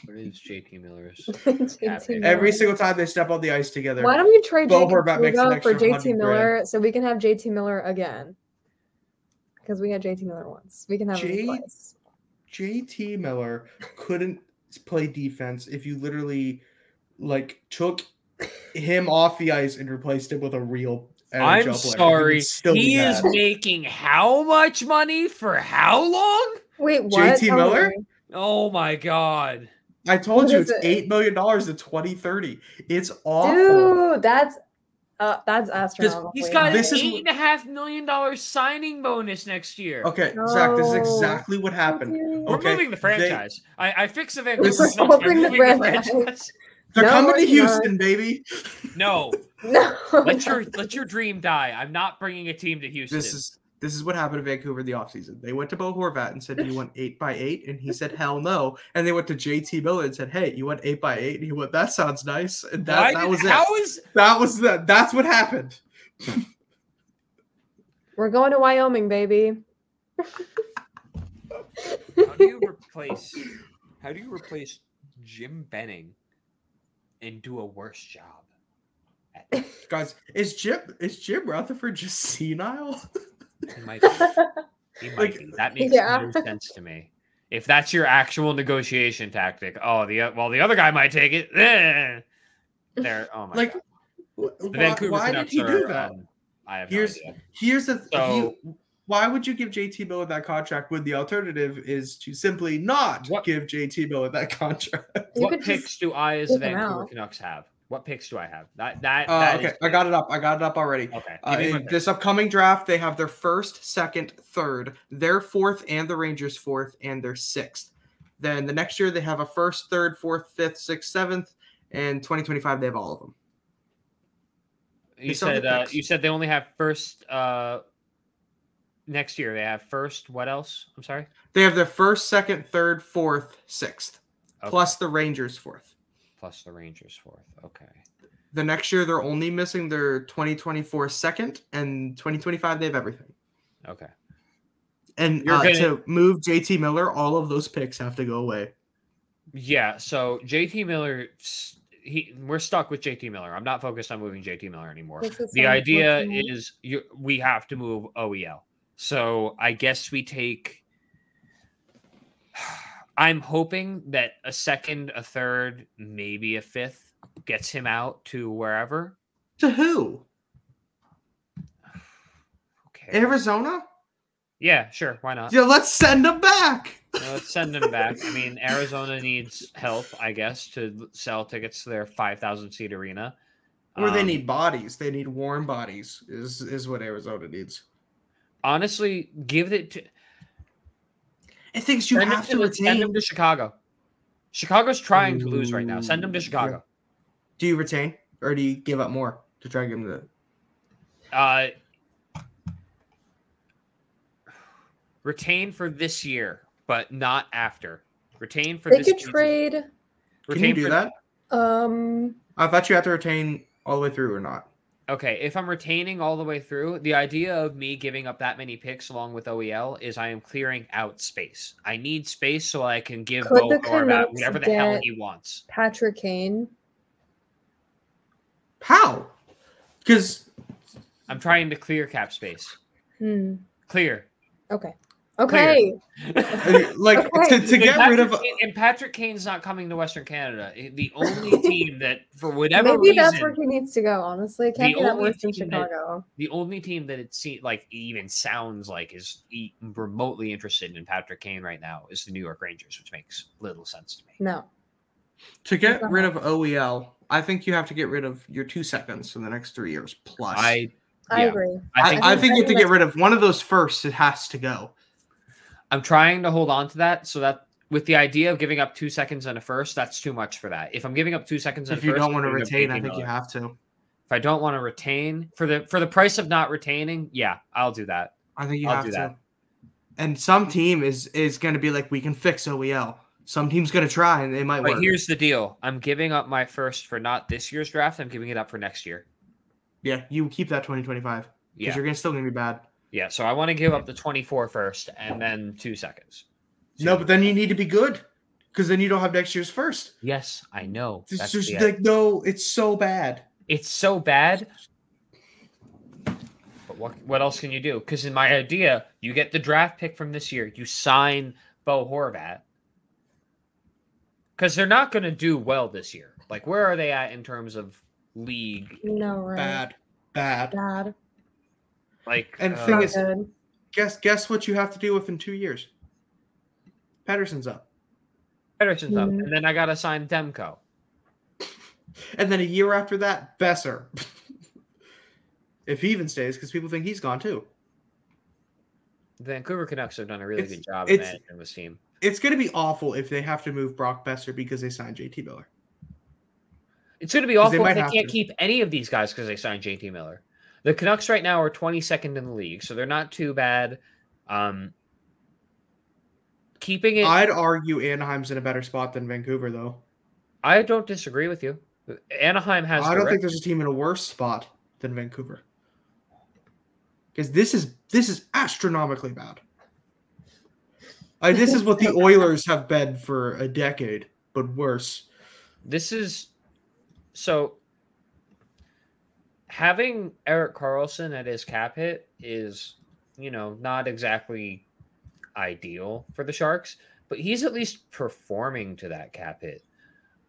C: What is JT Miller's?
B: JT
A: Every
B: Miller.
A: single time they step on the ice together.
B: Why don't we trade
A: Bo
B: Jacob
A: Horvat makes an
B: Truba for
A: extra
B: JT
A: 100
B: Miller so we can have JT Miller again? Because we had JT Miller once. We can have
A: J-
B: him twice.
A: JT Miller couldn't play defense if you literally like took him off the ice and replaced him with a real. NHL player. He
C: I'm
A: would
C: sorry.
A: still be
C: He is
A: bad.
C: making how much money for how long?
B: Wait, what?
A: JT
B: Tell
A: Miller?
B: me.
C: Oh my god.
A: I told
B: What
A: you
B: is
A: it's
B: it?
A: eight million dollars to twenty thirty. It's awful.
B: Dude, that's uh, that's astronomical.
C: He's got
A: This
C: an
A: is-
C: eight and a half million dollar signing bonus next year.
A: Okay, Zach, this is
B: No.
A: exactly what happened.
C: We're
A: Okay,
C: moving the
A: they-
C: franchise. I, I fix the Vancouver.
A: This is-
C: Canucks by
B: We're moving the
C: moving the
B: franchise.
C: franchise.
A: They're
B: No,
A: coming to
B: it's not.
A: Houston, baby.
C: No,
B: No.
C: let your let your dream die. I'm not bringing a team to Houston.
A: This is this is what happened to Vancouver in the offseason. They went to Bo Horvat and said, Do you want eight by eight? And he said, Hell no. And they went to JT Miller and said, Hey, you want eight by eight? And he went, That sounds nice. And that,
C: Why
A: that
C: did-
A: was it.
C: How is
A: That was the that's what happened.
B: We're going to Wyoming, baby.
C: how do you replace how do you replace Jim Benning and do a worse job? at it?
A: Guys, is Jim is Jim Rutherford just senile?
C: He might be. He might
A: Like-
C: be. That makes
B: Yeah.
C: no sense to me. If that's your actual negotiation tactic, oh the o- well the other guy might take it. Eh. There, oh my
A: Like,
C: god.
A: Wh-
C: The
A: Why,
C: Vancouver
A: why did
C: Canucks
A: he do
C: are,
A: that?
C: um, I have
A: Here's-
C: no idea.
A: Here's the th-
C: So-
A: you- why would you give JT Miller that contract when the alternative is to simply not
C: What-
A: give JT Miller that contract?
B: You
C: what
B: could
C: picks
B: just
C: do I as
B: take
C: the
B: them
C: Vancouver
B: out.
C: Canucks have? What picks do I have? That that,
A: Uh,
C: that is
A: okay, I got it up. I got it up already.
C: okay.
A: Uh,
C: give me my
A: in
C: pick.
A: this upcoming draft, they have their first, second, third, their fourth, and the Rangers' fourth, and their sixth. Then the next year, they have a first, third, fourth, fifth, sixth, seventh, and 2025, they have all of them.
C: you
A: these are the
C: said uh,
A: picks.
C: you said they only have first uh next year they have first what else? I'm sorry.
A: They have their first, second, third, fourth, sixth,
C: Okay.
A: plus the Rangers' fourth.
C: plus the Rangers fourth. Okay.
A: The next year, they're only missing their 2024 second, and 2025, they have everything.
C: Okay.
A: And
C: You're
A: uh,
C: gonna-
A: to move JT Miller, all of those picks have to go away.
C: Yeah, so JT Miller, s- he we're stuck with JT Miller. I'm not focused on moving JT Miller anymore.
B: This is so
C: The idea
B: unfortunate.
C: is you, we have to move OEL. So I guess we take. I'm hoping that a second, a third, maybe a fifth gets him out to wherever.
A: To who?
C: Okay.
A: Arizona?
C: yeah, sure. Why not?
A: Yeah, let's send him back.
C: You know, let's send him back. I mean, Arizona needs help, I guess, to sell tickets to their 5,000 seat arena.
A: Or they
C: Um,
A: need bodies. They need warm bodies. Is is what Arizona needs.
C: Honestly, give it to.
A: It thinks you
C: send him
A: have to
C: the- Send him
A: retain.
C: to Chicago. Chicago's trying to lose right now. Send him to
A: Ooh,
C: Chicago.
A: Do you retain or do you give up more to try to get him to?
C: Uh, retain for this year, but not after. Retain for
B: They
C: this.
B: could
C: season.
B: trade.
A: Can you
C: Retain
A: do
C: for-
A: that?
B: Um,
A: I thought you had to retain all the way through or not.
C: Okay, if I'm retaining all the way through, the idea of me giving up that many picks along with OEL is I am clearing out space. I need space so I can give
B: Could
C: Bo
B: the
C: Horvat
B: Canucks
C: whatever the hell
B: get-
C: he wants.
B: Patrick Kane.
A: How? Because
C: I'm trying to clear cap space.
B: Hmm.
C: Clear.
B: Okay. Okay.
A: uh, like to, to
C: And
A: get
C: Patrick
A: rid of
C: Kane- and Patrick Kane's not coming to Western Canada. I- The only team that, for whatever
B: Maybe that's where
C: reason,
B: he needs to go. Honestly, it can't
C: The
B: be that
C: only
B: worse than
C: team that-
B: Chicago.
C: the only team that it seems like even sounds like is e- remotely interested in Patrick Kane right now is the New York Rangers, which makes little sense to me.
B: No.
A: to get rid of OEL, I think you have to get rid of your two seconds in the next three years plus.
C: I,
B: I
C: Yeah.
B: agree.
C: I
A: I,
C: think
A: I think you have to get
B: that's-
A: rid of one of those first. It has to go.
C: I'm trying to hold on to that so that with the idea of giving up two seconds and a first, that's too much for that. If I'm giving up two seconds and
A: If
C: a
A: you
C: first,
A: don't
C: I'm
A: want to
C: giving
A: retain,
C: up
A: I
C: $18.
A: think you have to.
C: If I don't want to retain for the for the price of not retaining, yeah, I'll do that.
A: I think you
C: I'll
A: have
C: do
A: to.
C: that.
A: And some team is is going to be like, we can fix OEL. Some team's going to try, and they might.
C: But
A: work.
C: here's the deal: I'm giving up my first for not this year's draft. I'm giving it up for next year.
A: yeah, you keep that 2025 because
C: Yeah,
A: you're gonna, still going to be bad.
C: yeah. So I want to give up the 24 first and then two seconds.
A: No, but then you need to be good because then you don't have next year's first.
C: yes, I know.
A: It's
C: That's
A: just
C: the-
A: like no, it's so bad.
C: it's so bad. But what what else can you do? Because in my idea, you get the draft pick from this year, you sign Bo Horvat. Because they're not going to do well this year. Like, where are they at in terms of league?
B: No. Right.
A: Bad, bad.
B: Bad.
C: Like,
A: And
C: uh,
A: thing
B: Not
A: is-
B: good.
A: Guess guess what you have to deal with in two years. Patterson's up,
C: Pedersen's up,
B: Mhm.
C: and then I got to sign Demko.
A: and then a year after that, Besser. if he even stays, because people think he's gone too.
C: The Vancouver Canucks have done a really
A: It's-
C: good job
A: it's-
C: managing this team.
A: It's going to be awful if they have to move Brock Besser because they signed JT Miller.
C: It's going to be
A: 'Cause they
C: awful
A: might
C: if they
A: have
C: can't
A: to.
C: keep any of these guys because they signed JT Miller. The Canucks right now are 22nd in the league, so they're not too bad. Um, keeping it, I,
A: I'd argue Anaheim's in a better spot than Vancouver, though.
C: don't disagree with you. Anaheim has.
A: I
C: the
A: don't
C: rec-
A: think there's a team in a worse spot than Vancouver. Because this is this is astronomically bad. Like, this is what the Oilers have been for a decade, but worse.
C: this is so having Eric Carlson at his cap hit is, you know, not exactly ideal for the Sharks, but he's at least performing to that cap hit.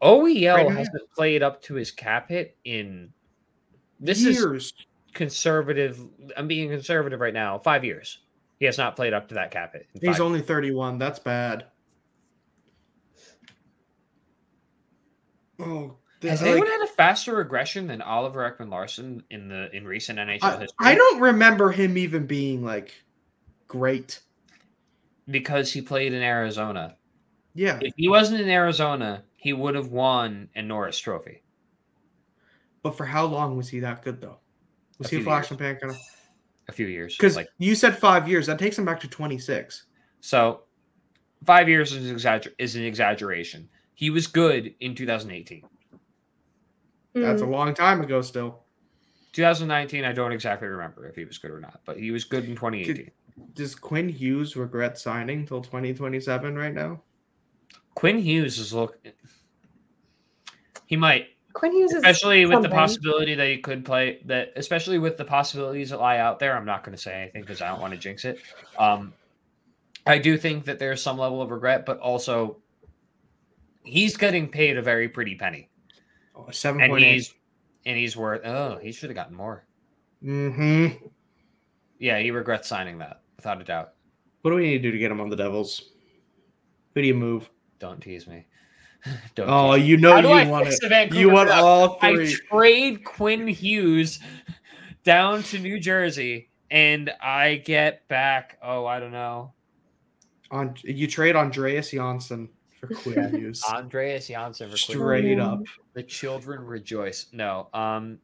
C: OEL
A: Right now,
C: hasn't played up to his cap hit in this is
A: Years.
C: conservative. I'm being conservative right now. Five years. He has not played up to that cap hit. in
A: He's
C: five
A: only 31. That's bad. Oh,
C: Has
A: like-
C: anyone had a faster regression than Oliver Ekman Larson in the in recent NHL
A: I,
C: history?
A: I don't remember him even being like great.
C: because he played in Arizona.
A: Yeah.
C: If he wasn't in Arizona, he would have won a Norris Trophy.
A: But for how long was he that good though? Was
C: A
A: he a
C: few
A: flash in the pan kind of?
C: A few years,
A: Because
C: like
A: you said five years, that takes him back to twenty six.
C: so. Five years is, exagger- is an exaggeration. He was good in 2018.
A: That's a
B: Mm.
A: long time ago. Still,
C: 2019, I don't exactly remember if he was good or not, but he was good in 2018.
A: does Quinn Hughes regret signing till twenty twenty seven right now?
C: Quinn Hughes is look. He might,
B: Quinn Hughes is
C: especially with the
B: something.
C: possibility that he could play that, especially with the possibilities that lie out there. I'm not going to say anything because I don't want to jinx it. Um, I do think that there's some level of regret, but also he's getting paid a very pretty penny.
A: Oh, Seven
C: and
A: point eight.
C: he's and he's worth. Oh, he should have gotten more.
A: Mm-hmm.
C: Yeah, he regrets signing that without a doubt.
A: What do we need to do to get him on the Devils? Who do you move?
C: Don't tease me. Don't.
A: Oh,
C: tease
A: you know
C: How do I
A: you want
C: fix
A: it.
C: the Vancouver
A: You want
C: Canucks?
A: all
C: I
A: three.
C: trade Quinn Hughes down to New Jersey, and I get back. Oh, I don't know,
A: On you trade Andreas Janssen for Quinn Hughes.
C: Andreas Janssen for Quinn.
B: Sure.
A: Straight up.
C: The children rejoice. No, um,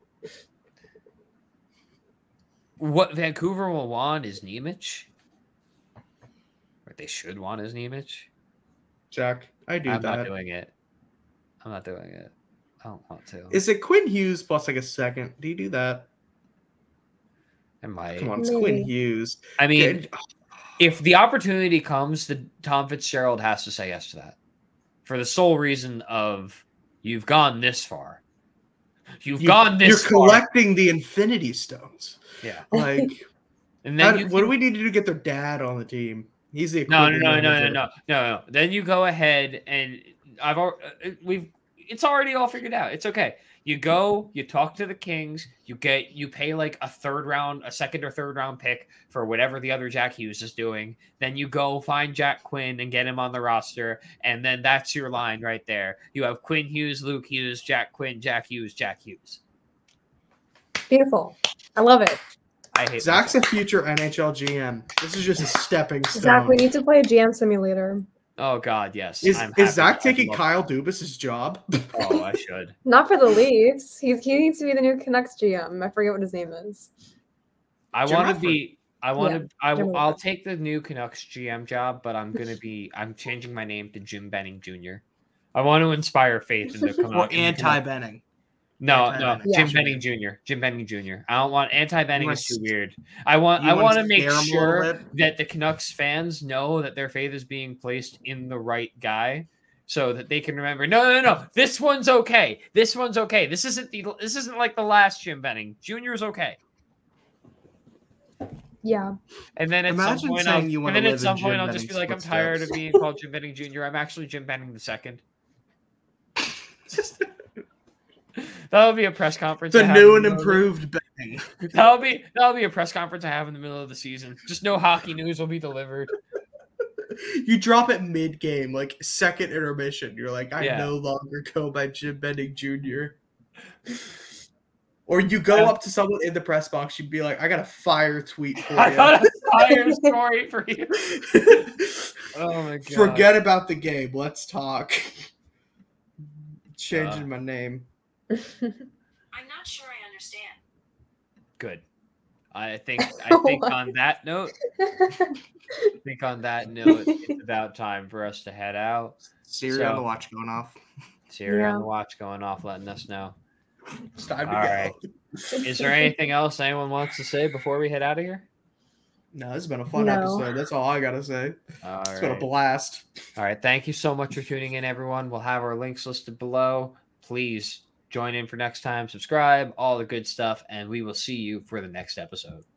C: what Vancouver will want is Nemich. What they should want is Nemich.
A: Jack, I do
C: I'm not
A: that.
C: doing it. I'm not doing it. I don't want to.
A: Is it Quinn Hughes plus like a second? Do you do that?
C: I might.
A: Come on, it's
B: Maybe.
A: Quinn Hughes.
C: I mean,
A: Good-
C: if the opportunity comes, the Tom Fitzgerald has to say yes to that, for the sole reason of you've gone this far. You've
A: you-
C: gone this
A: You're
C: far.
A: collecting the Infinity Stones.
C: Yeah,
A: Like,
C: and
A: how
C: then
A: do-
C: you
A: what do we need to do to get their dad on the team? He's the
C: No, no,
A: equivalent
C: no, no, no,
A: of
C: no,
A: it.
C: no, no. Then you go ahead and I've already we've it's already all figured out. It's okay. You go, you talk to the Kings, you get you pay like a third round, a second or third round pick for whatever the other Jack Hughes is doing. Then you go find Jack Quinn and get him on the roster, and then that's your line right there. You have Quinn Hughes, Luke Hughes, Jack Quinn, Jack Hughes, Jack Hughes.
B: Beautiful. I love it.
C: I hate
A: Zach's a future NHL GM. This is just a stepping stone.
B: Zach, we need to play a GM simulator.
C: myself. Oh God, yes.
A: Is,
C: I'm happy.
A: is Zach
C: I'd
A: taking
C: love-
A: Kyle Dubas's job?
C: Oh, I should.
B: Not for the Leafs. He's, he needs to be the new Canucks GM. I forget what his name is.
C: I
A: Jim
C: want to
A: Rutherford.
C: be. I want to. I,
B: Jim
C: will
B: Rutherford.
C: take the new Canucks GM job, but I'm gonna be. I'm changing my name to Jim Benning Jr. I want to inspire faith in the
A: Or
C: Canucks.
A: anti Benning.
C: No, no,
A: anti-Benning
C: Jim
A: Jr..
C: Benning Jr. Jim Benning Jr. I don't want anti Benning
A: You
C: is too
A: wanna s-
C: weird. I want.
A: you
C: I
A: wanna
C: want to
A: scare
C: make
A: 'em a little
C: sure
A: bit?
C: that the Canucks fans know that their faith is being placed in the right guy. So that they can remember, no, no, no, this one's okay. This one's okay. This isn't the. This isn't like the last Jim Benning Jr. is okay.
B: Yeah.
C: And then at some
A: Imagine
C: point,
A: saying
C: I'll,
A: you wanna
C: and then
A: live
C: at
A: in
C: some
A: Jim
C: point, I'll just be
A: Benning's
C: like, I'm tired of
A: footsteps.
C: being called Jim Benning Jr. I'm actually Jim Benning the second. That'll be a press conference. I
A: The
C: have
A: new
C: in
A: and
C: the middle
A: improved Benning.
C: of- That'll be that'll be a press conference I have in the middle of the season. Just no hockey news will be delivered.
A: You drop it mid game, like second intermission. You're like, I
C: Yeah.
A: no longer go by Jim Benning Jr. Or you go
C: Yeah.
A: up to someone in the press box, you'd be like, I got a fire tweet for
C: I
A: you.
C: got a fire story for you. Oh my god!
A: Forget about the game. Let's talk. Changing my name.
D: I'm not sure I understand.
C: good. I think I think
B: What?
C: on that note, I think on that note, it's about time for us to head out.
A: Siri
C: So-
A: on the watch going off.
C: Siri
B: Yeah.
C: on the watch going off, letting us know.
A: It's time to
C: All
A: go.
C: right. Is there anything else anyone wants to say before we head out of here?
A: No, this has been a fun
B: No.
A: episode. That's all I gotta say.
C: All
A: It's been a
C: right.
A: blast.
C: All right. Thank you so much for tuning in, everyone. We'll have our links listed below. Please join in for next time, subscribe, all the good stuff, and we will see you for the next episode.